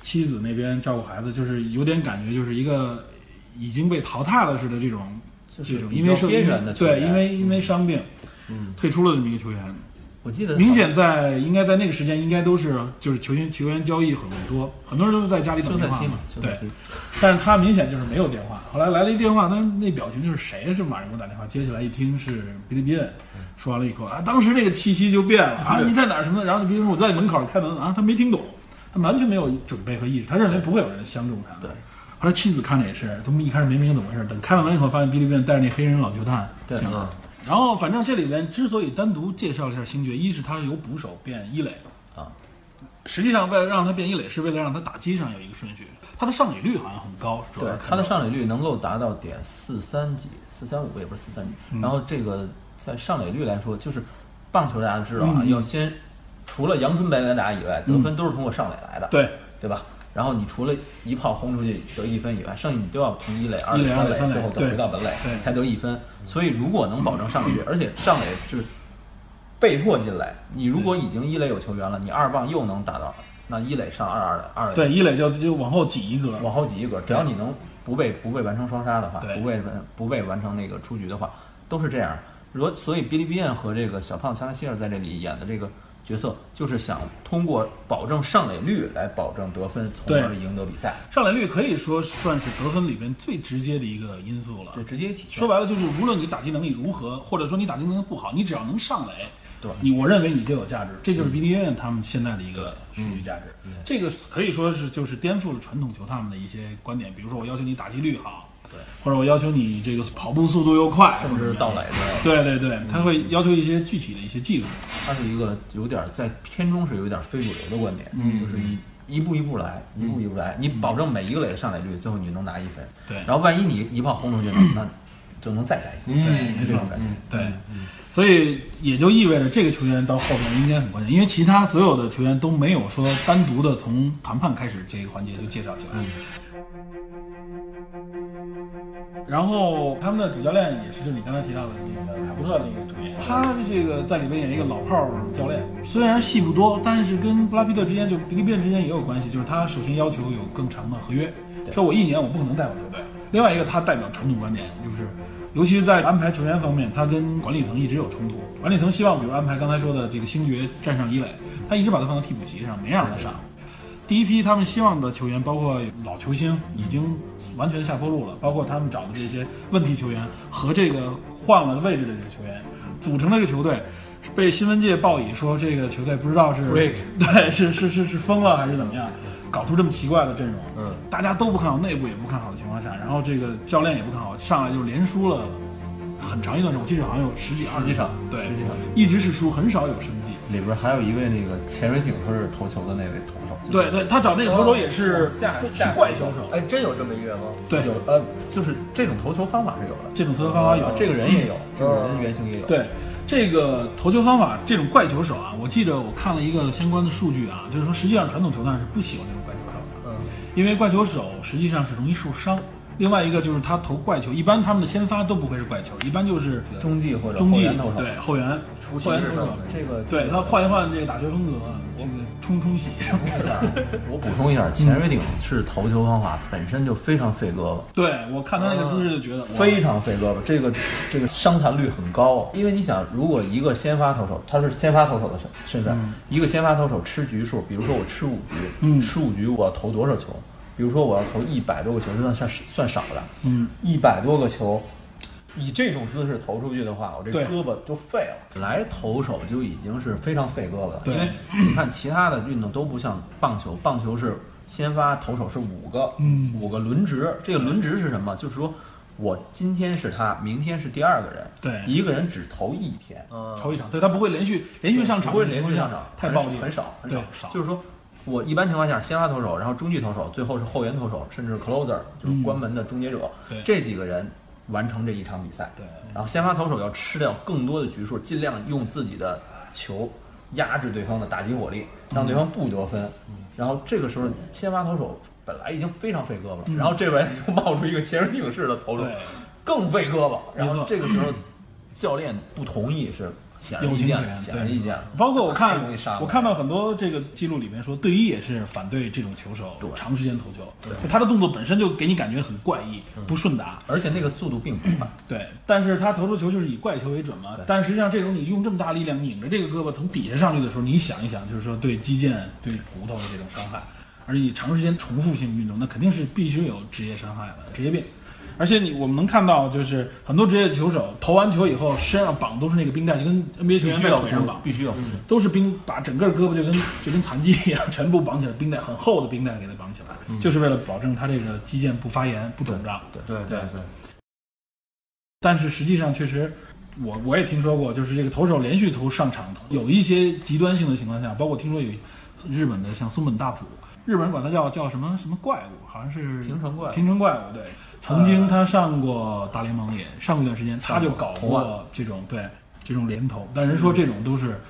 [SPEAKER 2] 妻子那边照顾孩子，就是有点感觉，就是一个已经被淘汰了似的这种这种，
[SPEAKER 4] 比较
[SPEAKER 2] 因为是
[SPEAKER 4] 边缘的球
[SPEAKER 2] 对，
[SPEAKER 4] 员嗯
[SPEAKER 2] 因为因为伤病，退出了这么一个球员。
[SPEAKER 3] 我记得
[SPEAKER 2] 明显在应该在那个时间应该都是就是球员球员交易很多，很多人都是在家里等
[SPEAKER 3] 休赛
[SPEAKER 2] 电话
[SPEAKER 3] 期嘛，休
[SPEAKER 2] 对
[SPEAKER 3] 赛，期
[SPEAKER 2] 但是他明显就是没有电话。后来来了一电话，他那表情就是谁是马上给我打电话，接起来一听是哔哩哔哩，说完了以后啊，当时那个气息就变了
[SPEAKER 3] 嗯
[SPEAKER 2] 啊，你在哪儿什么的？然后那哔哩说我在门口开门啊，他没听懂，他完全没有准备和意识，他认为不会有人相中他。
[SPEAKER 3] 对，
[SPEAKER 2] 后来妻子看着也是，他们一开始没明白怎么回事，等开完门以后发现哔哩哔哩带着那黑人老球探
[SPEAKER 3] 对
[SPEAKER 2] 进来
[SPEAKER 3] 嗯
[SPEAKER 2] 了。然后反正这里边之所以单独介绍了一下星爵，一是他由捕手变一垒。啊实际上，为了让他变一垒，是为了让他打击上有一个顺序。他的上垒率好像很高，主要
[SPEAKER 4] 对
[SPEAKER 2] 是看
[SPEAKER 4] 他的
[SPEAKER 2] 到
[SPEAKER 4] 上垒率能够达到点四三几、四三五，也不是四三几。
[SPEAKER 2] 嗯
[SPEAKER 4] 然后这个在上垒率来说，就是棒球大家知道啊，
[SPEAKER 2] 嗯
[SPEAKER 4] 要先除了阳春白兰达以外，得分都是通过上垒来的，
[SPEAKER 2] 对
[SPEAKER 4] 对吧？然后你除了一炮轰出去得一分以外，剩下你都要从一垒、二
[SPEAKER 2] 一
[SPEAKER 4] 垒、
[SPEAKER 2] 垒二垒
[SPEAKER 4] 三
[SPEAKER 2] 三垒
[SPEAKER 4] 最后
[SPEAKER 2] 对
[SPEAKER 4] 得回到本垒
[SPEAKER 2] 对
[SPEAKER 4] 才得一分。所以如果能保 证上垒率，而且上垒是被迫进来，你如果已经一垒有球员了，你二棒又能打到，那一垒上二二垒，二垒
[SPEAKER 2] 对一垒就就往后挤一格，
[SPEAKER 4] 往后挤一格，只要你能不被不被完成双杀的话，
[SPEAKER 2] 对
[SPEAKER 4] 不被完不被完成那个出局的话，都是这样。如所以哔哩哔哩和这个小胖乔纳希尔在这里演的这个角色，就是想通过保证上垒率来保证得分，从
[SPEAKER 2] 对
[SPEAKER 4] 而赢得比赛。
[SPEAKER 2] 上垒率可以说算是得分里边最直接的一个因素了
[SPEAKER 4] 对，。直接体现
[SPEAKER 2] 说白了就是，无论你打击能力如何，或者说你打击能力不好，你只要能上垒，
[SPEAKER 4] 对
[SPEAKER 2] 你我认为你就有价值。这就是 BDN 他们现在的一个数据价值。这个可以说是就是颠覆了传统球探们的一些观点，比如说我要求你打击率好，对，或者我要求你这个跑步速度又快，
[SPEAKER 4] 甚至到垒之类的，
[SPEAKER 2] 对对对，他会要求一些具体的一些技术。
[SPEAKER 4] 它是一个有点在片中是有点非主流的观点，
[SPEAKER 2] 嗯
[SPEAKER 4] 就是一一步一步来，一步一步来，你保证每一个垒的上垒率，最后你能拿一分。
[SPEAKER 2] 对
[SPEAKER 4] 然后万一你一炮轰出去了，那就能再加一分。
[SPEAKER 3] 嗯
[SPEAKER 4] 这种感觉。
[SPEAKER 2] 对，所以也就意味着这个球员到后边应该很关键，因为其他所有的球员都没有说单独的从谈判开始这一个环节就介绍起来。然后他们的主教练也是，就是你刚才提到的那个卡布特那个主演，他这个在里边演一个老炮儿教练，虽然戏不多，但是跟布拉皮特之间就比利变之间也有关系，就是他首先要求有更长的合约，说我一年我不可能带我球队。另外一个，他代表传统观点，就是尤其是在安排球员方面，他跟管理层一直有冲突。管理层希望，比如安排刚才说的这个星爵站上一垒，他一直把他放到替补席上，没让他上。第一批他们希望的球员，包括老球星，已经完全下坡路了，包括他们找的这些问题球员和这个换了位置的这个球员，组成了这个球队，被新闻界报以说这个球队不知道是
[SPEAKER 3] Freak
[SPEAKER 2] 对是是是是疯了还是怎么样，搞出这么奇怪的阵容，嗯，大家都不看好，内部也不看好的情况下，然后这个教练也不看好，上来就连输了很长一段时间，我记得好像有十几二十
[SPEAKER 4] 十几场
[SPEAKER 2] 对，
[SPEAKER 4] 十几场
[SPEAKER 2] 一直是输，很少有生机。
[SPEAKER 5] 里边还有一位那个潜水艇他是投球的那位投手，
[SPEAKER 2] 对对，他找那个投手也是
[SPEAKER 5] 下
[SPEAKER 2] 是
[SPEAKER 5] 下
[SPEAKER 2] 怪球手，
[SPEAKER 3] 哎，真有这么一个人吗？
[SPEAKER 2] 对，
[SPEAKER 5] 有呃，就是这种投球方法是有的，
[SPEAKER 2] 这种投球方法有
[SPEAKER 4] 啊
[SPEAKER 5] 有这个人
[SPEAKER 4] 嗯
[SPEAKER 5] 也有，这个人原型也有。
[SPEAKER 2] 对这个投球方法，这种怪球手啊，我记着我看了一个相关的数据啊，就是说实际上传统球探是不喜欢这种怪球手的，
[SPEAKER 3] 嗯，
[SPEAKER 2] 因为怪球手实际上是容易受伤。另外一个就是他投怪球，一般他们的先发都不会是怪球，一般就是
[SPEAKER 4] 中继或者
[SPEAKER 2] 中
[SPEAKER 4] 后
[SPEAKER 2] 继
[SPEAKER 4] 援投手。
[SPEAKER 2] 对后援
[SPEAKER 3] 初期
[SPEAKER 2] 后援
[SPEAKER 3] 是
[SPEAKER 2] 投
[SPEAKER 3] 这
[SPEAKER 2] 手
[SPEAKER 3] 么，
[SPEAKER 4] 这个
[SPEAKER 2] 对他换一换这个打球风格，这个冲冲洗什么
[SPEAKER 4] 嗯
[SPEAKER 2] 的。
[SPEAKER 4] 我补充一下，潜水艇是投球方法本身就非常费胳膊，
[SPEAKER 2] 对我看他那个姿势就觉得哇
[SPEAKER 4] 非常费胳膊，这个这个伤残率很高。因为你想，如果一个先发投手，他是先发投手的身身份，一个先发投手吃局数，比如说我吃五局，
[SPEAKER 2] 嗯
[SPEAKER 4] 吃五局我要投多少球？比如说我要投一百多个球，算算算少的，
[SPEAKER 2] 嗯，
[SPEAKER 4] 一百多个球。以这种姿势投出去的话，我这
[SPEAKER 2] 对
[SPEAKER 4] 胳膊就废了。本来投手就已经是非常费胳膊了，
[SPEAKER 2] 对
[SPEAKER 4] 因为你看其他的运动都不像棒球，棒球是先发投手是五个，
[SPEAKER 2] 嗯
[SPEAKER 4] 五个轮值。这个轮值是什么？就是说我今天是他，明天是第二个人，
[SPEAKER 2] 对
[SPEAKER 4] 一个人只投一天，
[SPEAKER 3] 嗯，
[SPEAKER 2] 投一场，对他不会连续连续上场，
[SPEAKER 4] 不会连续上场，
[SPEAKER 2] 太
[SPEAKER 4] 很
[SPEAKER 2] 暴
[SPEAKER 4] 少
[SPEAKER 2] 力了，
[SPEAKER 4] 很少，很
[SPEAKER 2] 对
[SPEAKER 4] 少
[SPEAKER 2] 少。
[SPEAKER 4] 就是说我一般情况下，先发投手，然后中继投手，最后是后援投手，甚至 closer 就是关门的终结者
[SPEAKER 2] 嗯对，
[SPEAKER 4] 这几个人完成这一场比赛。
[SPEAKER 2] 对
[SPEAKER 4] 然后先发投手要吃掉更多的局数，尽量用自己的球压制对方的打击火力，
[SPEAKER 2] 嗯
[SPEAKER 4] 让对方不得分。然后这个时候，先发投手本来已经非常费胳膊了，然后这边又冒出一个潜水艇式的投
[SPEAKER 2] 嗯
[SPEAKER 4] 手
[SPEAKER 2] 对，
[SPEAKER 4] 更费胳膊。然
[SPEAKER 2] 没
[SPEAKER 4] 后
[SPEAKER 2] 错
[SPEAKER 4] 这个时候，教练不同意是显而
[SPEAKER 2] 有
[SPEAKER 4] 易
[SPEAKER 2] 情可
[SPEAKER 4] 见，
[SPEAKER 2] 原，
[SPEAKER 4] 显而易
[SPEAKER 2] 对
[SPEAKER 4] 见。。
[SPEAKER 2] 包括我
[SPEAKER 4] 太
[SPEAKER 2] 看
[SPEAKER 4] 容易杀了，
[SPEAKER 2] 我看到很多这个记录里面说，队医也是反对这种球手长时间投球，就他的动作本身就给你感觉很怪异、
[SPEAKER 4] 嗯
[SPEAKER 2] 不顺达。
[SPEAKER 4] 而且那个速度并不快，
[SPEAKER 2] 对，但是他投出球就是以怪球为准嘛。但实际上，这种你用这么大力量拧着这个胳膊从底下上去的时候，你想一想，就是说对肌腱、对骨头的这种伤害，而且你长时间重复性运动，那肯定是必须有职业伤害的职业病。而且你我们能看到，就是很多职业球手投完球以后，身上绑都是那个冰带，就跟 NBA
[SPEAKER 6] 必
[SPEAKER 2] 球员
[SPEAKER 6] 须
[SPEAKER 2] 在嗯
[SPEAKER 6] 要
[SPEAKER 2] 腿上绑
[SPEAKER 6] 扶，，必须要扶着。
[SPEAKER 2] 都是冰，把整个胳膊就跟就跟残疾一样，全部绑起来，冰带很厚的冰带给它绑起来，
[SPEAKER 4] 嗯
[SPEAKER 2] 就是为了保证它这个肌腱不发炎、不肿胀。对
[SPEAKER 3] 对对对，
[SPEAKER 2] 但是实际上确实，我我也听说过，就是这个投手连续投上场，有一些极端性的情况下，包括听说有呃日本的像松本大辅，日本人管他叫叫什么什么怪物，好像是
[SPEAKER 4] 平成怪物
[SPEAKER 2] 平成怪物对。曾经他上过大联盟也上过一段时间，他就搞
[SPEAKER 4] 同腕
[SPEAKER 2] 过这种对这种连投，但人说这种都是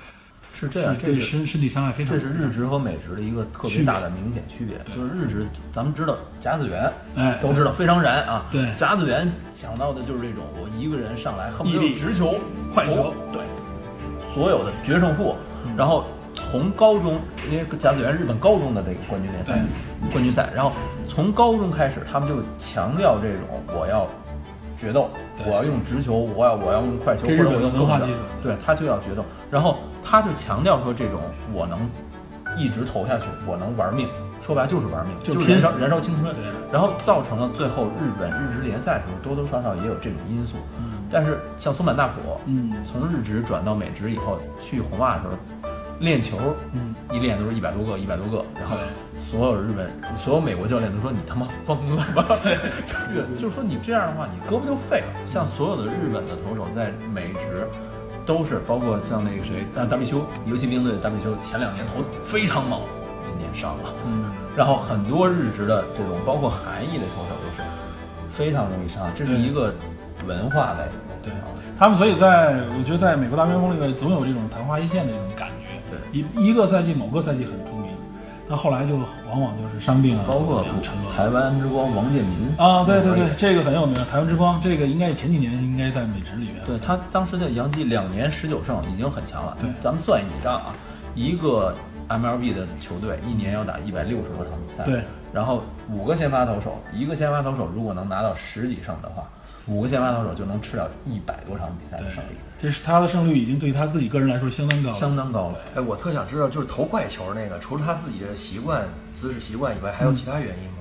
[SPEAKER 4] 是这样
[SPEAKER 2] 是，
[SPEAKER 4] 这
[SPEAKER 2] 对
[SPEAKER 4] 是
[SPEAKER 2] 身身体伤害非常
[SPEAKER 4] 这是日职和美职的一个特别大的明显区别，就是日职咱们知道甲子园，
[SPEAKER 2] 哎
[SPEAKER 4] 都知道非常燃啊，
[SPEAKER 2] 对
[SPEAKER 4] 甲子园讲到的就是这种我一个人上来恨不
[SPEAKER 2] 毅
[SPEAKER 4] 得
[SPEAKER 2] 力嗯
[SPEAKER 4] 直球、
[SPEAKER 2] 快球
[SPEAKER 4] 投，对，所有的决胜负，
[SPEAKER 2] 嗯
[SPEAKER 4] 然后从高中，因为甲子园是日本高中的这个冠军联赛，冠军赛，然后从高中开始，他们就强调这种我要决斗，
[SPEAKER 2] 对
[SPEAKER 4] 我要用直球，我要我要用快球，
[SPEAKER 2] 这
[SPEAKER 4] 或
[SPEAKER 2] 日
[SPEAKER 4] 者
[SPEAKER 2] 本
[SPEAKER 4] 我
[SPEAKER 2] 的
[SPEAKER 4] 用
[SPEAKER 2] 文化
[SPEAKER 4] 动
[SPEAKER 2] 基
[SPEAKER 4] 作
[SPEAKER 2] 础
[SPEAKER 4] 对他就要决斗，然后他就强调说这种我能一直投下去，我能玩命，说白了就是玩命，
[SPEAKER 2] 就
[SPEAKER 4] 就是是
[SPEAKER 2] 拼
[SPEAKER 4] 燃烧燃烧青春
[SPEAKER 2] 对，
[SPEAKER 4] 然后造成了最后日本日职联赛什么多多少少也有这种因素，但是像松坂大辅，
[SPEAKER 2] 嗯
[SPEAKER 4] 从日职转到美职以后，去红袜的时候练球，
[SPEAKER 2] 嗯，
[SPEAKER 4] 一练都是一百多个，一百多个，然后所有日本、所有美国教练都说你他妈疯了 吧？ 就是就是说你这样的话，你胳膊就废了。像所有的日本的投手在美职。都是包括像那个谁，呃，大密修，游骑兵队的大密修，前两年投非常猛，今年伤了。
[SPEAKER 2] 嗯
[SPEAKER 4] 然后很多日职的这种，包括韩裔的投手都是非常容易伤，这是一个文化啊在里面。
[SPEAKER 2] 对他们所以在我觉得在美国大联盟里面总有这种昙花一现的这种感觉。
[SPEAKER 4] 对
[SPEAKER 2] 一一个赛季某个赛季很出名，但后来就往往就是伤病啊，
[SPEAKER 4] 包括
[SPEAKER 2] 怎么样沉沦
[SPEAKER 4] 台湾之光王建民
[SPEAKER 2] 啊，对对对
[SPEAKER 4] 也，
[SPEAKER 2] 这个很有名，台湾之光，这个应该前几年应该在美职里面。
[SPEAKER 4] 对他当时的杨基两年十九胜已经很强了。
[SPEAKER 2] 对
[SPEAKER 4] 咱们算一笔账啊，一个 MLB 的球队一年要打一百六十多场比赛，
[SPEAKER 2] 对，
[SPEAKER 4] 然后五个先发投手，一个先发投手如果能拿到十几胜的话，五个先发投手就能吃掉一百多场比赛的胜利，
[SPEAKER 2] 这是他的胜率已经对他自己个人来说相当高了。
[SPEAKER 4] 相当高了。
[SPEAKER 3] 哎，我特想知道，就是投怪球那个，除了他自己的习惯、姿势习惯以外，还有
[SPEAKER 2] 嗯
[SPEAKER 3] 其他原因吗？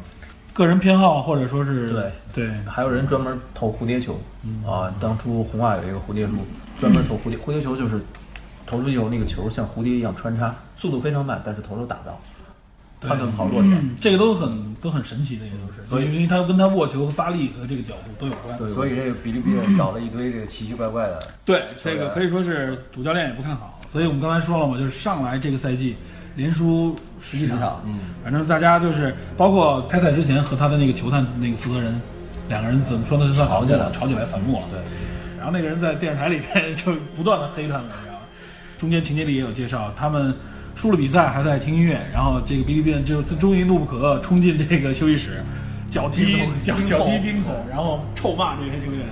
[SPEAKER 2] 个人偏好或者说是
[SPEAKER 4] 对
[SPEAKER 2] 对
[SPEAKER 4] 还有人专门投蝴蝶球，
[SPEAKER 2] 嗯
[SPEAKER 4] 啊，当初红袜有一个蝴蝶球，专门投蝴蝶，蝴蝶球就是投出球那个球像蝴蝶一样穿插，速度非常慢，但是投手打不到，
[SPEAKER 2] 对
[SPEAKER 4] 判断跑落点。
[SPEAKER 2] 嗯这嗯个都很都很神奇的，也都是，
[SPEAKER 3] 所以
[SPEAKER 2] 因为他跟他握球和发力和这个角度都有关。
[SPEAKER 4] 对
[SPEAKER 3] 所以这个比利比也找了一堆这个奇奇怪怪的，
[SPEAKER 2] 对，这个可以说是主教练也不看好，所以我们刚才说了嘛，就是上来这个赛季连输十几
[SPEAKER 4] 十
[SPEAKER 2] 场
[SPEAKER 4] 场，
[SPEAKER 2] 嗯，反正大家就是包括开赛之前和他的那个球探那个负责人，两个人怎么说呢？就算
[SPEAKER 4] 吵起来了
[SPEAKER 2] 吵起来反目了，对。然后那个人在电视台里面就不断的黑他们，然后中间情节里也有介绍，他们输了比赛还在听音乐，然后这个哔哩哔哩就终于怒不可遏冲进这个休息室，脚 踢脚脚踢冰桶，然后臭骂这些球员。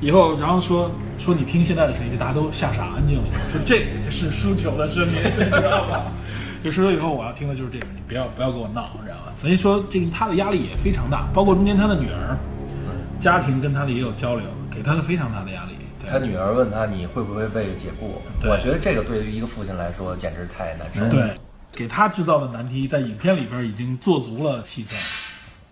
[SPEAKER 2] 以后，然后说说你听现在的声音，大家都吓傻安静了。说这是输球的声音，你知道吧？就输球以后，我要听的就是这个，你不要不要跟我闹，你知道吧？所以说，这个他的压力也非常大，包括中间他的女儿，家庭跟他的也有交流，给他的非常大的压力。对
[SPEAKER 3] 他女儿问他你会不会被解雇？
[SPEAKER 2] 对嗯
[SPEAKER 3] 我觉得这个对于一个父亲来说简直太难受了。
[SPEAKER 2] 对，给他制造的难题在影片里边已经做足了戏份，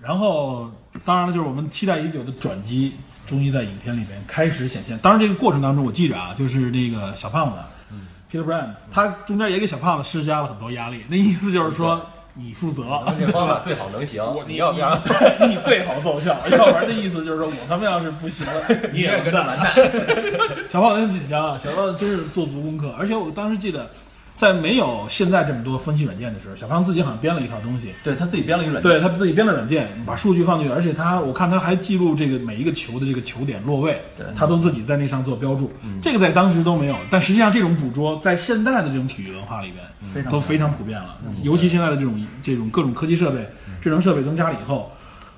[SPEAKER 2] 然后当然了，就是我们期待已久的转机，终于在影片里边开始显现。当然，这个过程当中，我记着啊，就是那个小胖子、p e t e r Brand，他中间也给小胖子施加了很多压力，那意思就是说你负责，
[SPEAKER 3] 咱们这方法最好能行，你要不然
[SPEAKER 2] 你最好奏 效，要不然的意思就是说我他妈要是不行了， 你也完蛋。 小胖很紧张啊，小胖真是做足功课，而且我当时记得，在没有现在这么多分析软件的时候，小胖自己好像编了一套东西，
[SPEAKER 4] 对他自己编了一软件，
[SPEAKER 2] 对他自己编了软件，把数据放进去，而且他我看他还记录这个每一个球的这个球点落位，他都自己在那上做标注，这个在当时都没有，但实际上这种捕捉在现在的这种体育文化里边都嗯非常普遍嗯了，尤其现在的这种这种各种科技设备、智能设备增加了以后。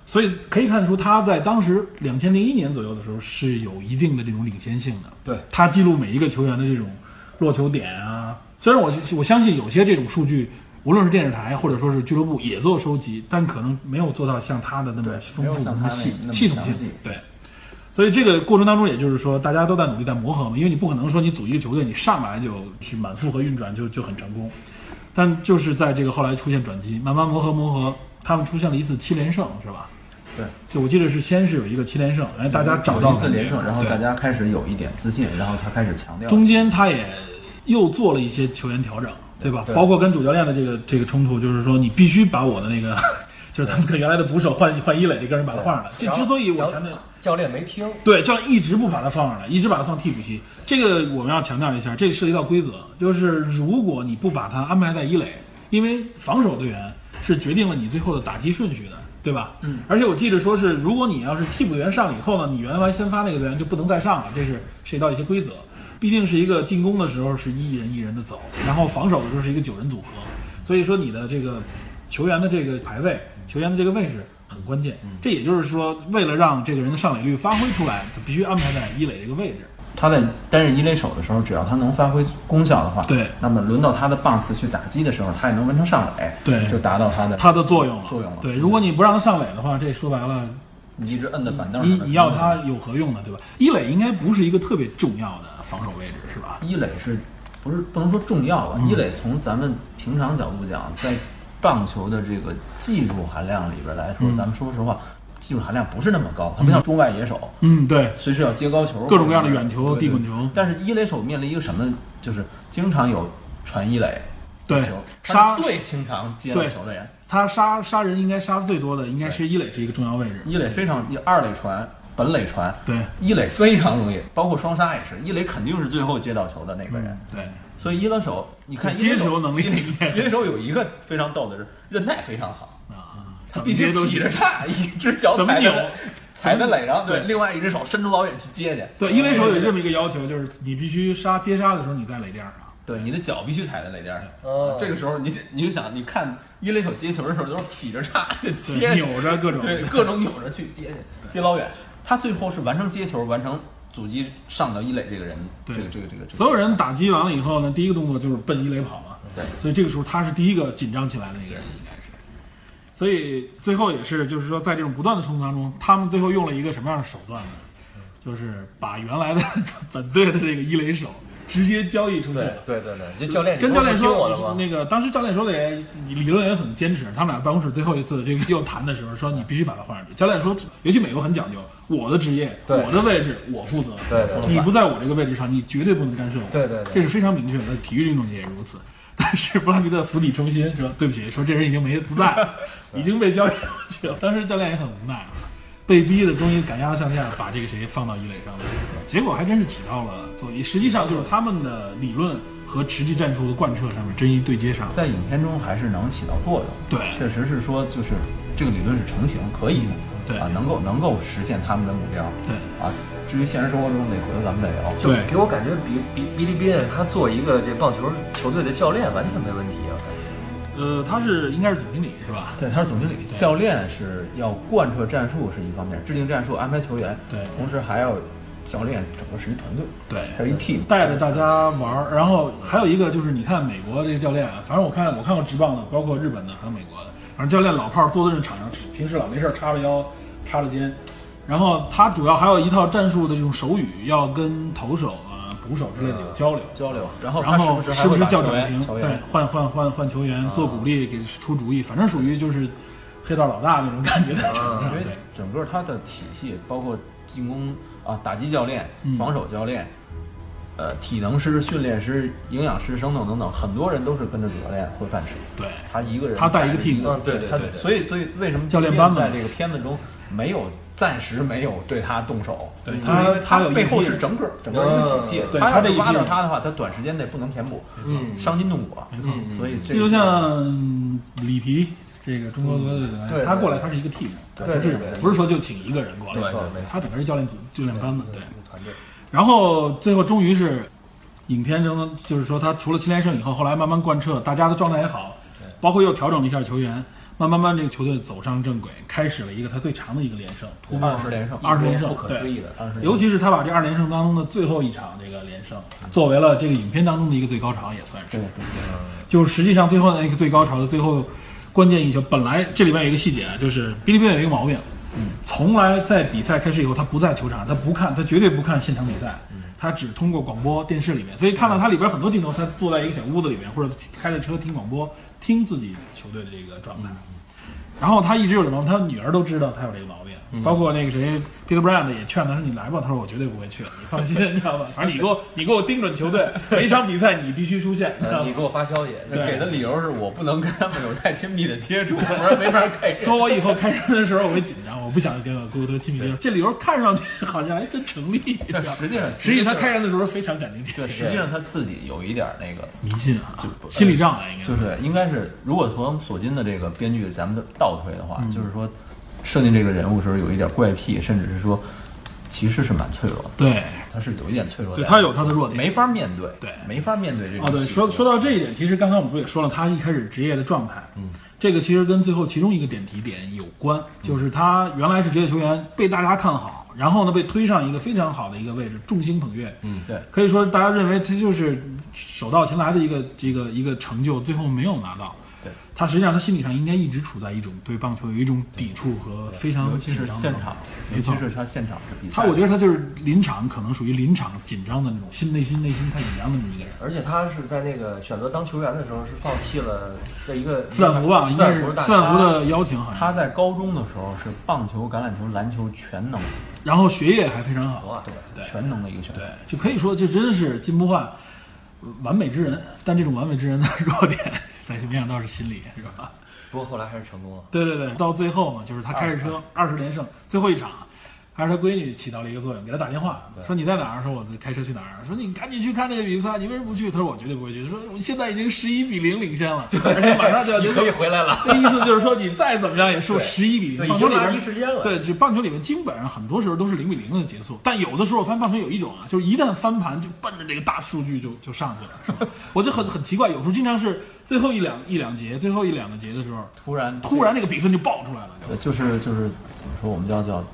[SPEAKER 2] 所以可以看出，他在当时两千零一年左右的时候是有一定的这种领先性的。
[SPEAKER 3] 对
[SPEAKER 2] 他记录每一个球员的这种落球点啊。虽然我我相信有些这种数据，无论是电视台或者说是俱乐部也做收集，但可能没有做到像他的那么
[SPEAKER 4] 对
[SPEAKER 2] 丰
[SPEAKER 4] 没有
[SPEAKER 2] 富、
[SPEAKER 4] 像
[SPEAKER 2] 么
[SPEAKER 4] 他那
[SPEAKER 2] 系
[SPEAKER 4] 那么
[SPEAKER 2] 系统
[SPEAKER 4] 详
[SPEAKER 2] 性
[SPEAKER 4] 细。
[SPEAKER 2] 对，所以这个过程当中，也就是说大家都在努力在磨合嘛，因为你不可能说你组一个球队，你上来就去满负荷运转就就很成功。但就是在这个后来出现转机，慢慢磨合磨合，他们出现了一次七连胜，是吧？
[SPEAKER 4] 对，
[SPEAKER 2] 就我记得是先是有一个七连胜，然后大家找到
[SPEAKER 4] 一次
[SPEAKER 2] 感觉
[SPEAKER 4] 连胜，然后
[SPEAKER 2] 对
[SPEAKER 4] 大家开始有一点自信，然后他开始强调
[SPEAKER 2] 中间他也又做了一些球员调整，对吧？
[SPEAKER 3] 对
[SPEAKER 2] 包括跟主教练的这个这个冲突，就是说你必须把我的那个， 就是他们跟原来的捕手换换伊磊这个人把他换上来。这
[SPEAKER 3] 然后
[SPEAKER 2] 之所以我
[SPEAKER 3] 然后
[SPEAKER 2] 强调，
[SPEAKER 3] 教练没听，
[SPEAKER 2] 对教练一直不把他放上来，一直把他放替补席。这个我们要强调一下，这涉及到规则，就是如果你不把他安排在伊磊，因为防守队员是决定了你最后的打击顺序的。对吧？嗯，而且我记得说是，如果你要是替补队员上了以后呢，你原来先发那个队员就不能再上了，这是涉及到一些规则。毕竟是一个进攻的时候是一人一人的走，然后防守的时候是一个九人组合，所以说你的这个球员的这个排位、
[SPEAKER 4] 嗯
[SPEAKER 2] 球员的这个位置很关键。这也就是说，为了让这个人的上垒率发挥出来，他必须安排在一垒这个位置。
[SPEAKER 4] 他在担任一垒手的时候，只要他能发挥功效的话，
[SPEAKER 2] 对
[SPEAKER 4] 那么轮到他的 bounce 去打击的时候，他也能完成上垒，
[SPEAKER 2] 对
[SPEAKER 4] 就达到他的
[SPEAKER 2] 它的作用了，
[SPEAKER 4] 作用了。
[SPEAKER 2] 对，如果你不让他上垒的话，这说白了，
[SPEAKER 4] 你一直摁在板凳
[SPEAKER 2] 你
[SPEAKER 4] 上，
[SPEAKER 2] 你要他有何用呢？对吧？一垒应该不是一个特别重要的防守位置，是吧？
[SPEAKER 4] 一垒是不是不能说重要
[SPEAKER 2] 嗯
[SPEAKER 4] 吧？一垒从咱们平常角度讲，在棒球的这个技术含量里边来说，
[SPEAKER 2] 嗯
[SPEAKER 4] 咱们说实话，技术含量不是那么高，它不像中外野手。
[SPEAKER 2] 嗯，对，
[SPEAKER 4] 随时要接高球，
[SPEAKER 2] 各种各样的远球
[SPEAKER 4] 对
[SPEAKER 2] 地滚球
[SPEAKER 4] 但是一垒手面临一个什么，就是经常有传一垒
[SPEAKER 2] 对
[SPEAKER 4] 球，
[SPEAKER 2] 杀
[SPEAKER 4] 他是最经常接到
[SPEAKER 2] 对
[SPEAKER 4] 球的人，
[SPEAKER 2] 他杀杀人应该杀最多的，应该是一垒是一个重要位置。
[SPEAKER 4] 一垒非常，二垒传，本垒传，
[SPEAKER 2] 对
[SPEAKER 4] 一垒非常容易，包括双杀也是，一垒肯定是最后接到球的那个人，
[SPEAKER 2] 嗯对，
[SPEAKER 4] 所以一垒手，你看
[SPEAKER 2] 接
[SPEAKER 4] 一垒手
[SPEAKER 2] 球能力应该
[SPEAKER 4] 一垒手有一个非常逗的是韧带非常好，
[SPEAKER 2] 啊，
[SPEAKER 4] 他
[SPEAKER 2] 怎
[SPEAKER 4] 必
[SPEAKER 2] 么接
[SPEAKER 4] 须
[SPEAKER 2] 都
[SPEAKER 4] 劈着
[SPEAKER 2] 行。
[SPEAKER 4] 叉，一只脚
[SPEAKER 2] 怎么
[SPEAKER 4] 踩
[SPEAKER 2] 扭
[SPEAKER 4] 在踩在垒上，对，
[SPEAKER 2] 对
[SPEAKER 4] 另外一只手伸出老远去接去，
[SPEAKER 2] 对，因为手有这么一个要求，就是你必须杀接杀的时候你在垒啊垫上。
[SPEAKER 4] 对，你的脚必须踩在垒垫上。
[SPEAKER 3] 哦
[SPEAKER 4] 这个时候你你就想，你看一垒手接球的时候都是劈着叉的接
[SPEAKER 2] 对，，扭着各种，
[SPEAKER 4] 对，各种扭着去接去，接老远。他最后是完成接球，完成阻击上到一垒这个人，这
[SPEAKER 2] 对
[SPEAKER 4] 个这个这个，这个
[SPEAKER 2] 所有人打击完了以后呢，第一个动作就是奔一垒跑嘛。
[SPEAKER 4] 对
[SPEAKER 2] 所以这个时候他是第一个紧张起来的那个人，应该是。所以最后也是，就是说在这种不断的冲突当中，他们最后用了一个什么样的手段呢？就是把原来的 本队的这个一垒手直接交易出去了。
[SPEAKER 3] 对对对，这教练
[SPEAKER 2] 跟教练
[SPEAKER 3] 你不是不听
[SPEAKER 2] 说
[SPEAKER 3] 我了吗？
[SPEAKER 2] 那个当时教练说的也理论也很坚持，他们俩办公室最后一次这个又谈的时候说你必须把他换上去。教练说，尤其美国很讲究，我的职业、
[SPEAKER 3] 对
[SPEAKER 2] 我的位置我负责，
[SPEAKER 3] 对对对
[SPEAKER 2] 你不在我这个位置上，你绝对不能干涉我。
[SPEAKER 3] 对对对
[SPEAKER 2] 这是非常明确的，在体育运动界也如此。但是布拉皮特釜底抽薪说对不起，说这人已经没不在了，已经被交易出去了。当时教练也很无奈啊。被逼的，终于赶鸭子上架，把这个谁放到一垒上了。结果还真是起到了作用，实际上就是他们的理论和实际战术的贯彻上面真一对接上。
[SPEAKER 4] 在影片中还是能起到作用。
[SPEAKER 2] 对
[SPEAKER 4] 确实是说，就是这个理论是成型，可以，
[SPEAKER 2] 对
[SPEAKER 4] 啊，能够能够实现他们的目标。
[SPEAKER 2] 对
[SPEAKER 4] 啊，至于现实生活中得回头咱们再聊。
[SPEAKER 2] 对
[SPEAKER 3] 给我感觉比比比利宾他做一个这棒球球队的教练完全没问题啊，
[SPEAKER 2] 呃，他是应该是总经理是吧？
[SPEAKER 4] 对，他是总经理，教练是要贯彻战术是一方面，制定战术，安排球员，
[SPEAKER 2] 对
[SPEAKER 4] 同时还要教练整个是一团队，
[SPEAKER 2] 对，
[SPEAKER 4] 还有一 team。
[SPEAKER 2] 带着大家玩儿。然后还有一个就是，你看美国这个教练啊，反正我看我看过职棒的，包括日本的，还有美国的，反正教练老炮儿坐在那场上，平时老没事儿叉着腰、叉着肩。然后他主要还有一套战术的这种手语，要跟投手啊、捕手之类的有交流。
[SPEAKER 4] 交流，然后哦他
[SPEAKER 2] 然后是不
[SPEAKER 4] 时不时
[SPEAKER 2] 是
[SPEAKER 4] 还会把
[SPEAKER 2] 叫
[SPEAKER 4] 球
[SPEAKER 2] 暂
[SPEAKER 4] 员
[SPEAKER 2] 停？
[SPEAKER 4] 球
[SPEAKER 2] 对
[SPEAKER 4] 员，
[SPEAKER 2] 换换换换球员，做鼓励，给出主意，反正属于就是黑道老大那种感觉在场上。
[SPEAKER 4] 因为
[SPEAKER 2] 对，
[SPEAKER 4] 啊整个他的体系包括进攻啊、打击教练、
[SPEAKER 2] 嗯
[SPEAKER 4] 防守教练、呃体能师、训练师、营养师等等等等，很多人都是跟着主教练混饭吃。
[SPEAKER 2] 对，
[SPEAKER 4] 他一个人
[SPEAKER 2] 他带一个
[SPEAKER 4] 着
[SPEAKER 2] team
[SPEAKER 4] 一个
[SPEAKER 3] 嗯对对
[SPEAKER 4] 他
[SPEAKER 3] 对对
[SPEAKER 4] 所以所以为什么
[SPEAKER 2] 教练班子
[SPEAKER 4] 在
[SPEAKER 2] 嘛
[SPEAKER 4] 这个片子中没有暂时没有对他动手？
[SPEAKER 2] 对
[SPEAKER 4] 就是
[SPEAKER 2] 他
[SPEAKER 4] 因为
[SPEAKER 2] 他
[SPEAKER 4] 他
[SPEAKER 2] 有一
[SPEAKER 4] 背后
[SPEAKER 2] 批
[SPEAKER 4] 是整个整个一个体系，
[SPEAKER 2] 对
[SPEAKER 4] 他
[SPEAKER 2] 他
[SPEAKER 4] 要
[SPEAKER 2] 这
[SPEAKER 4] 是
[SPEAKER 2] 一
[SPEAKER 4] 挖
[SPEAKER 2] 批
[SPEAKER 4] 到
[SPEAKER 2] 人
[SPEAKER 4] 他的话，他短时间内不能填补，
[SPEAKER 3] 嗯
[SPEAKER 4] 伤筋动骨了。
[SPEAKER 2] 没错。
[SPEAKER 4] 所以
[SPEAKER 2] 这
[SPEAKER 4] 个
[SPEAKER 2] 就像里皮这个中国国队的
[SPEAKER 3] 对对
[SPEAKER 2] 他过来他是一个 team，
[SPEAKER 3] 对
[SPEAKER 2] 不是
[SPEAKER 3] 对对
[SPEAKER 2] 不是说就请一个人过来，
[SPEAKER 3] 没错没错
[SPEAKER 2] 他整个是教练组教练班子，对。
[SPEAKER 3] 一个团队。
[SPEAKER 2] 然后最后终于是，影片中就是说他除了七连胜以后，后来慢慢贯彻，大家的状态也好，包括又调整了一下球员，慢慢慢这个球队走上正轨，开始了一个他最长的一个连胜，突破
[SPEAKER 5] 二十连胜
[SPEAKER 2] 二十连胜，
[SPEAKER 3] 不可思议的
[SPEAKER 2] 对尤其是他把这二连胜当中的最后一场这个连胜，作为了这个影片当中的一个最高潮，也算是。对对就是实际上最后的那个最高潮的最后关键一球，本来这里面有一个细节啊，就是哔哩哔哩有一个毛病，从来在比赛开始以后，他不在球场，他不看，他绝对不看现场比赛，他只通过广播电视里面，所以看到他里边很多镜头，他坐在一个小屋子里面，或者开着车听广播，听自己球队的这个状态。然后他一直有这毛病，他女儿都知道他有这个毛病，包括那个谁 Peter Brand 也劝他说：“你来吧。”他说：“我绝对不会去的，你放心，你知道吧？反正你给我，你给我盯准球队，每场比赛你必须出现，你知道
[SPEAKER 3] 呃
[SPEAKER 2] 吗
[SPEAKER 3] 你？给我发消息，
[SPEAKER 2] 对
[SPEAKER 5] 给的理由是我不能跟他们有太亲密的接触，不然没法给。
[SPEAKER 2] 说我以后开车的时候我会紧张，我不想跟我过多亲密接触。这理由看上去好像哎，这成立，你知道
[SPEAKER 5] 但
[SPEAKER 2] 吗
[SPEAKER 5] 实际上，
[SPEAKER 2] 实际他开人的时候非常感情
[SPEAKER 5] 对，
[SPEAKER 2] 对
[SPEAKER 5] 实际上他自己有一点儿那个，
[SPEAKER 2] 迷信啊，
[SPEAKER 5] 就
[SPEAKER 2] 心理障碍应该
[SPEAKER 5] 就是应该是，如果从索金的这个编剧咱们倒推的话，
[SPEAKER 2] 嗯
[SPEAKER 5] 就是说设定这个人物的时候有一点怪癖，甚至是说其实是蛮脆弱的，
[SPEAKER 2] 对
[SPEAKER 5] 他是有一点脆弱的，
[SPEAKER 2] 对，他有他的弱点。
[SPEAKER 5] 没法面对，
[SPEAKER 2] 对
[SPEAKER 5] 没法面对这种
[SPEAKER 2] 啊，对，
[SPEAKER 5] 细节
[SPEAKER 2] 说说到这一点，其实刚才我们不是也说了，他一开始职业的状态，嗯，这个其实跟最后其中一个点题点有关，就是他原来是职业球员，被大家看好，然后呢被推上一个非常好的一个位置，众星捧月，嗯，
[SPEAKER 5] 对，
[SPEAKER 2] 可以说大家认为他就是手到擒来的一个这个一个成就，最后没有拿到。
[SPEAKER 5] 对，
[SPEAKER 2] 他实际上他心理上应该一直处在一种对棒球有一种抵触和非常
[SPEAKER 5] 尤其是
[SPEAKER 2] 嗯紧张的
[SPEAKER 5] 现
[SPEAKER 2] 状态
[SPEAKER 5] 场，
[SPEAKER 2] 没
[SPEAKER 5] 尤
[SPEAKER 2] 错
[SPEAKER 5] 其，是他现场是比赛，
[SPEAKER 2] 他我觉得他就是临场可能属于临场紧张的那种心内心内心太紧张的那么一个人。
[SPEAKER 3] 而且他是在那个选择当球员的时候是放弃了这一个
[SPEAKER 2] 斯坦福啊吧，应
[SPEAKER 3] 斯
[SPEAKER 2] 该
[SPEAKER 3] 坦
[SPEAKER 2] 是
[SPEAKER 3] 福大
[SPEAKER 2] 斯坦福的邀请，好像
[SPEAKER 5] 他在高中的时候是棒球、橄榄球、篮球全能，
[SPEAKER 2] 然后学业还非常好，
[SPEAKER 3] 哇塞，
[SPEAKER 2] 对
[SPEAKER 5] 全能的一个选手
[SPEAKER 2] 对。，就可以说这真是进步化完美之人，但这种完美之人的弱点，在没想到是心理，是吧？
[SPEAKER 3] 不过后来还是成 功了。
[SPEAKER 2] 对对对，到最后嘛，就是他开着车
[SPEAKER 3] 啊
[SPEAKER 2] 二十连胜，最后一场。还是他闺女起到了一个作用，给他打电话说你在哪儿？说我在开车去哪儿？说你赶紧去看这个比赛，你为什么不去？他说我绝对不会去。说我现在已经十一比零领先了，而且马 上就要结
[SPEAKER 3] 你
[SPEAKER 2] 束
[SPEAKER 3] 可以。回来了，
[SPEAKER 2] 那意思就是说你再怎么样也是
[SPEAKER 3] 对
[SPEAKER 2] 十一比零，
[SPEAKER 3] 对，
[SPEAKER 2] 棒
[SPEAKER 3] 已
[SPEAKER 2] 球
[SPEAKER 3] 经
[SPEAKER 2] 里
[SPEAKER 3] 垃
[SPEAKER 2] 边
[SPEAKER 3] 圾时间了。
[SPEAKER 2] 对，就棒球里面基本上很多时候都是零比零的结束，但有的时候我发现棒球有一种啊，就是一旦翻盘就奔着这个大数据就就上去了，是吧？我就很很奇怪，有时候经常是最后一两一两节，最后一两个节的时候，
[SPEAKER 5] 突然
[SPEAKER 2] 突然这个比分就爆出来了。
[SPEAKER 5] 对，就是就是怎么说，我们叫叫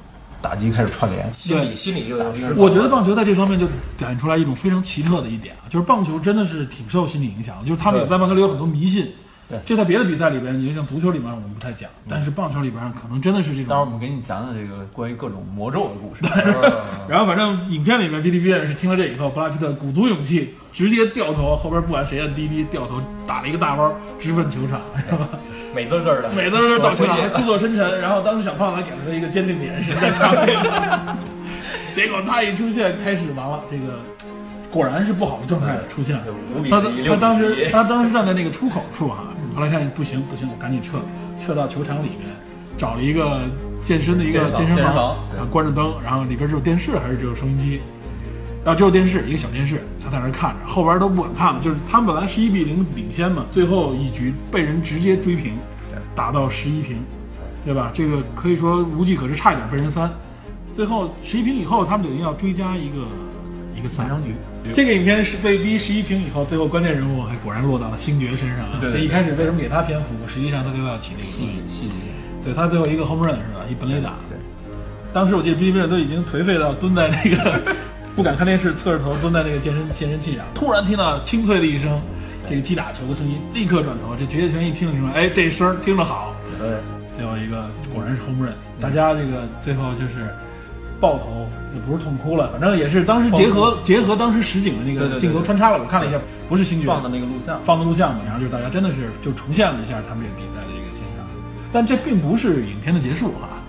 [SPEAKER 5] 打击开始串联，
[SPEAKER 3] 心里心里就有失落
[SPEAKER 2] 我觉得棒球在这方面就表现出来一种非常奇特的一点啊，就是棒球真的是挺受心理影响的，就是他们有在棒球里有很多迷信
[SPEAKER 5] 对。
[SPEAKER 2] 这在别的比赛里边，你就像足球里面我们不太讲，但是棒球里边可能真的是这种。
[SPEAKER 5] 待会儿我们给你讲讲这个关于各种魔咒的故事。
[SPEAKER 3] 嗯
[SPEAKER 2] 然后反正影片里面哔哩哔哩是听了这以后，布拉皮特鼓足勇气，直接掉头，后边不管谁按滴滴，掉头打了一个大弯，直奔球场，是吧？
[SPEAKER 3] 美滋滋儿的，
[SPEAKER 2] 每次都到球场
[SPEAKER 3] 我回去
[SPEAKER 2] 故作深沉，然后当时小胖子还给了他一个坚定的眼神，在场 里。结果他一出现，开始完了，这个果然是不好的状态出现了。
[SPEAKER 3] 就五比
[SPEAKER 2] 他
[SPEAKER 3] 十一，
[SPEAKER 2] 他
[SPEAKER 3] 六
[SPEAKER 2] 当
[SPEAKER 3] 比十
[SPEAKER 2] 时
[SPEAKER 3] 一。
[SPEAKER 2] 他当时站在那个出口处哈、后来看不行不行，我赶紧撤，撤到球场里面，找了一个健身的一个
[SPEAKER 5] 健身房
[SPEAKER 2] 身
[SPEAKER 5] 健身
[SPEAKER 2] 房
[SPEAKER 5] 房，对
[SPEAKER 2] 啊关着灯，然后里边只有电视还是只有收音机，啊只有电视一个小电视，他在那儿看着，后边都不敢看了，就是他们本来十一比零领先嘛，最后一局被人直接追平，打到十一平，对吧？这个可以说无计可施，差一点被人翻。最后十一平以后，他们就一定要追加一个一个三张局。这个影片是被逼十一平以后，最后关键人物还果然落到了星爵身上啊！
[SPEAKER 5] 对对
[SPEAKER 2] 这一开始为什么给他篇幅？实际上他就要起那个作用
[SPEAKER 5] 细节，
[SPEAKER 2] 对他最后一个 home run 是吧？一本垒打。
[SPEAKER 5] 对
[SPEAKER 2] 当时我记得 b i l 都已经颓废到蹲在那个不敢看电视，侧着头蹲在那个健身健身器上，突然听到清脆的一声，这个击打球的声音，立刻转头。这职业球员一听就听说，哎，这声儿听着好，
[SPEAKER 3] 对，
[SPEAKER 2] 最后一个果然是 home run，大
[SPEAKER 5] 嗯
[SPEAKER 2] 家这个最后就是抱头，也不是痛哭了，反正也是当时结合结合当时实景的
[SPEAKER 5] 嗯
[SPEAKER 2] 那
[SPEAKER 5] 对
[SPEAKER 2] 个
[SPEAKER 5] 对对
[SPEAKER 2] 镜头
[SPEAKER 5] 对
[SPEAKER 2] 穿插了，我看了一下，不是星爵
[SPEAKER 5] 放的那个录像，
[SPEAKER 2] 放的录像嘛，然后就是大家真的是就重现了一下他们这个比赛的这个现场，但这并不是影片的结束啊。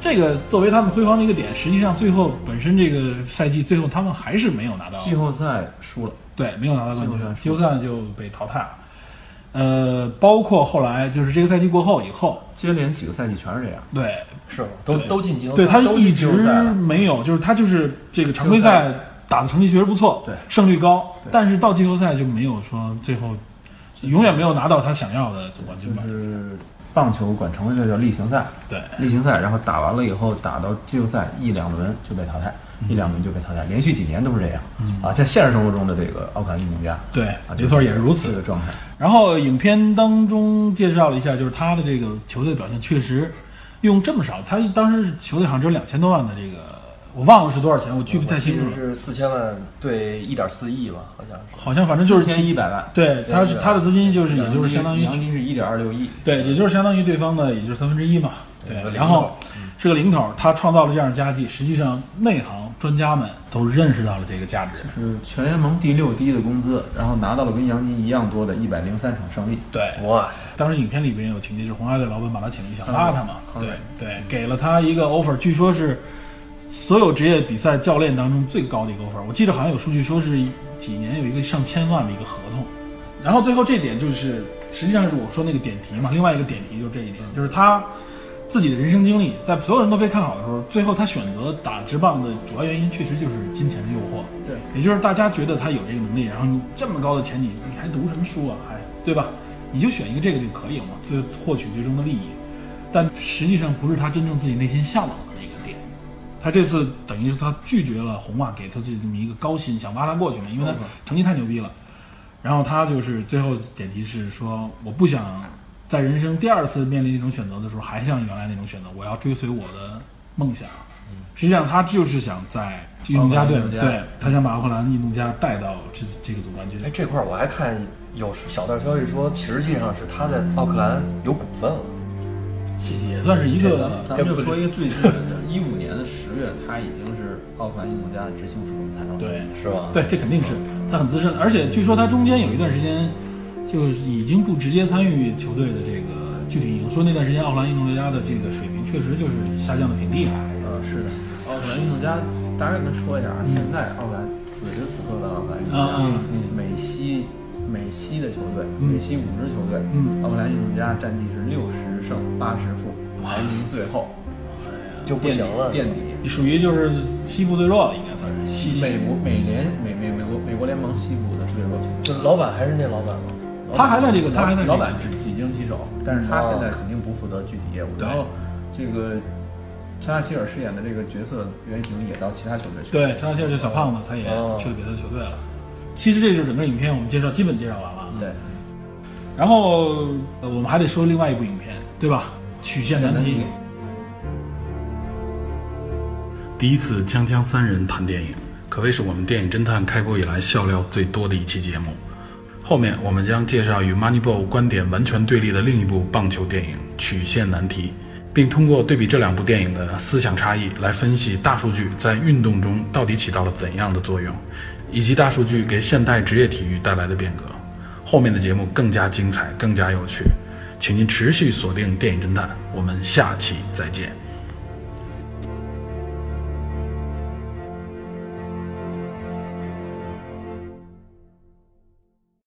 [SPEAKER 2] 这个作为他们辉煌的一个点，实际上最后本身这个赛季最后他们还是没有拿到
[SPEAKER 5] 季后赛输了，
[SPEAKER 2] 对，没有拿到冠军，季
[SPEAKER 5] 季
[SPEAKER 2] 后赛就被淘汰了。呃，包括后来就是这个赛季过后以后，
[SPEAKER 5] 接连几个赛季全是这样。
[SPEAKER 2] 对，
[SPEAKER 3] 是都
[SPEAKER 2] 对
[SPEAKER 3] 都进季后赛
[SPEAKER 2] 对他
[SPEAKER 3] 都
[SPEAKER 2] 一
[SPEAKER 3] 进季
[SPEAKER 2] 直
[SPEAKER 3] 后赛了
[SPEAKER 2] 没有，就是他就是这个常规赛打的成绩确实不错，
[SPEAKER 5] 对
[SPEAKER 2] 胜率高，
[SPEAKER 5] 对
[SPEAKER 2] 但是到季后赛就没有说最后永远没有拿到他想要的总冠军吧
[SPEAKER 5] 就？是棒球管常规赛叫例行赛，
[SPEAKER 2] 对
[SPEAKER 5] 例行赛，然后打完了以后打到季后赛一两轮就被淘汰，一两名就被淘汰，连续几年都是这样啊。在现实生活中的这个奥坎运动家，
[SPEAKER 2] 对
[SPEAKER 5] 啊，
[SPEAKER 2] 没错，也是如此
[SPEAKER 5] 这。个状态。
[SPEAKER 2] 然后影片当中介绍了一下，就是他的这个球队的表现确实用这么少，他当时球队好像只有两千多万的这个，我忘了是多少钱，我记不太清楚了，
[SPEAKER 3] 是四千万对一点四亿吧，好像是。
[SPEAKER 2] 好像反正就是
[SPEAKER 4] 千一百万，
[SPEAKER 2] 对，他是他的资金就是也
[SPEAKER 4] 两
[SPEAKER 2] 就是
[SPEAKER 4] 金
[SPEAKER 2] 相当于
[SPEAKER 4] 杨金是一点二六亿，
[SPEAKER 2] 对，也就是相当于对方的也就是三分之一嘛。
[SPEAKER 3] 有个
[SPEAKER 2] 呃对，
[SPEAKER 3] 零
[SPEAKER 2] 然后是个零头，他创造了这样的佳绩，实际上内行专家们都认识到了这个价值。
[SPEAKER 5] 是全联盟第六低的工资，然后拿到了跟杨金一样多的103场胜利。
[SPEAKER 2] 对，
[SPEAKER 3] 哇塞，
[SPEAKER 2] 当时影片里边有情节，就是红花队老板把他请去想拉他嘛，
[SPEAKER 5] 嗯
[SPEAKER 2] 对
[SPEAKER 5] 嗯
[SPEAKER 2] 对，给了他一个 offer，据说是所有职业比赛教练当中最高的一个 offer，我记得好像有数据说是几年有一个上千万的一个合同。然后最后这点就是，实际上是我说那个点题嘛，另外一个点题就是这一点，就是他自己的人生经历，在所有人都被看好的时候，最后他选择打直棒的主要原因确实就是金钱的诱惑。
[SPEAKER 3] 对，
[SPEAKER 2] 也就是大家觉得他有这个能力，然后你这么高的钱，你你还读什么书啊？还对吧？你就选一个这个就可以了嘛，最获取最终的利益。但实际上不是他真正自己内心向往的那个点。他这次等于是他拒绝了红袜给他这么一个高薪，想挖他过去嘛，因为
[SPEAKER 5] 哦
[SPEAKER 2] 他成绩太牛逼了。然后他就是最后点题是说，我不想在人生第二次面临那种选择的时候，还像原来那种选择，我要追随我的梦想。实际上，他就是想在运动家队
[SPEAKER 5] 嗯哦奥克兰运，动家
[SPEAKER 2] 对他想把奥克兰运动家带到这这个总冠军。
[SPEAKER 3] 哎，这块儿我还看有小道消息说，实际上是他在奥克兰有股份了。
[SPEAKER 2] 也算啊是一个
[SPEAKER 4] 咱们就说一个最新的，一五年的十月，他已经是奥克兰运动家的执行副总裁了。
[SPEAKER 2] 对
[SPEAKER 3] 是吧？
[SPEAKER 2] 对，这肯定是他很资深，而且据说他中间有一段时间就是已经不直接参与球队的这个具体营，说那段时间奥克兰运动家的这个水平确实就是下降的挺厉害。
[SPEAKER 4] 嗯，是的，奥克兰运动家，大概跟说一下啊，现在奥克兰此时此刻的奥克兰运动家，
[SPEAKER 2] 嗯
[SPEAKER 4] 美西美西的球队，
[SPEAKER 2] 嗯
[SPEAKER 4] 美西五支球队，
[SPEAKER 2] 嗯
[SPEAKER 4] 奥克兰运动家战绩是六十胜八十负，排名最后，
[SPEAKER 3] 就不
[SPEAKER 4] 垫底
[SPEAKER 3] 行了。
[SPEAKER 4] 垫底。
[SPEAKER 2] 属于就是西部最弱的，应该算是西西
[SPEAKER 4] 美国美联美美美国美国联盟西部的最弱球队，
[SPEAKER 3] 就老板还是那老板吗？
[SPEAKER 2] 他还在这个，他还在这个
[SPEAKER 4] 老板只几经其手，但是他现在肯定不负责具体业务。
[SPEAKER 2] 哦对
[SPEAKER 4] 然后这个查拉希尔饰演的这个角色原型也到其他球队去了。
[SPEAKER 2] 对，陈大宪是小胖子，他也
[SPEAKER 3] 哦
[SPEAKER 2] 去了别的球队了。其实这就是整个影片我们介绍基本介绍完了啊。
[SPEAKER 4] 对，
[SPEAKER 2] 然后呃我们还得说另外一部影片，对吧？《曲线难题》。
[SPEAKER 7] 第一次锵锵三人谈电影，可谓是我们电影侦探开播以来笑料最多的一期节目。后面我们将介绍与《Moneyball》观点完全对立的另一部棒球电影《曲线难题》，并通过对比这两部电影的思想差异来分析大数据在运动中到底起到了怎样的作用，以及大数据给现代职业体育带来的变革。后面的节目更加精彩，更加有趣，请您持续锁定电影侦探，我们下期再见。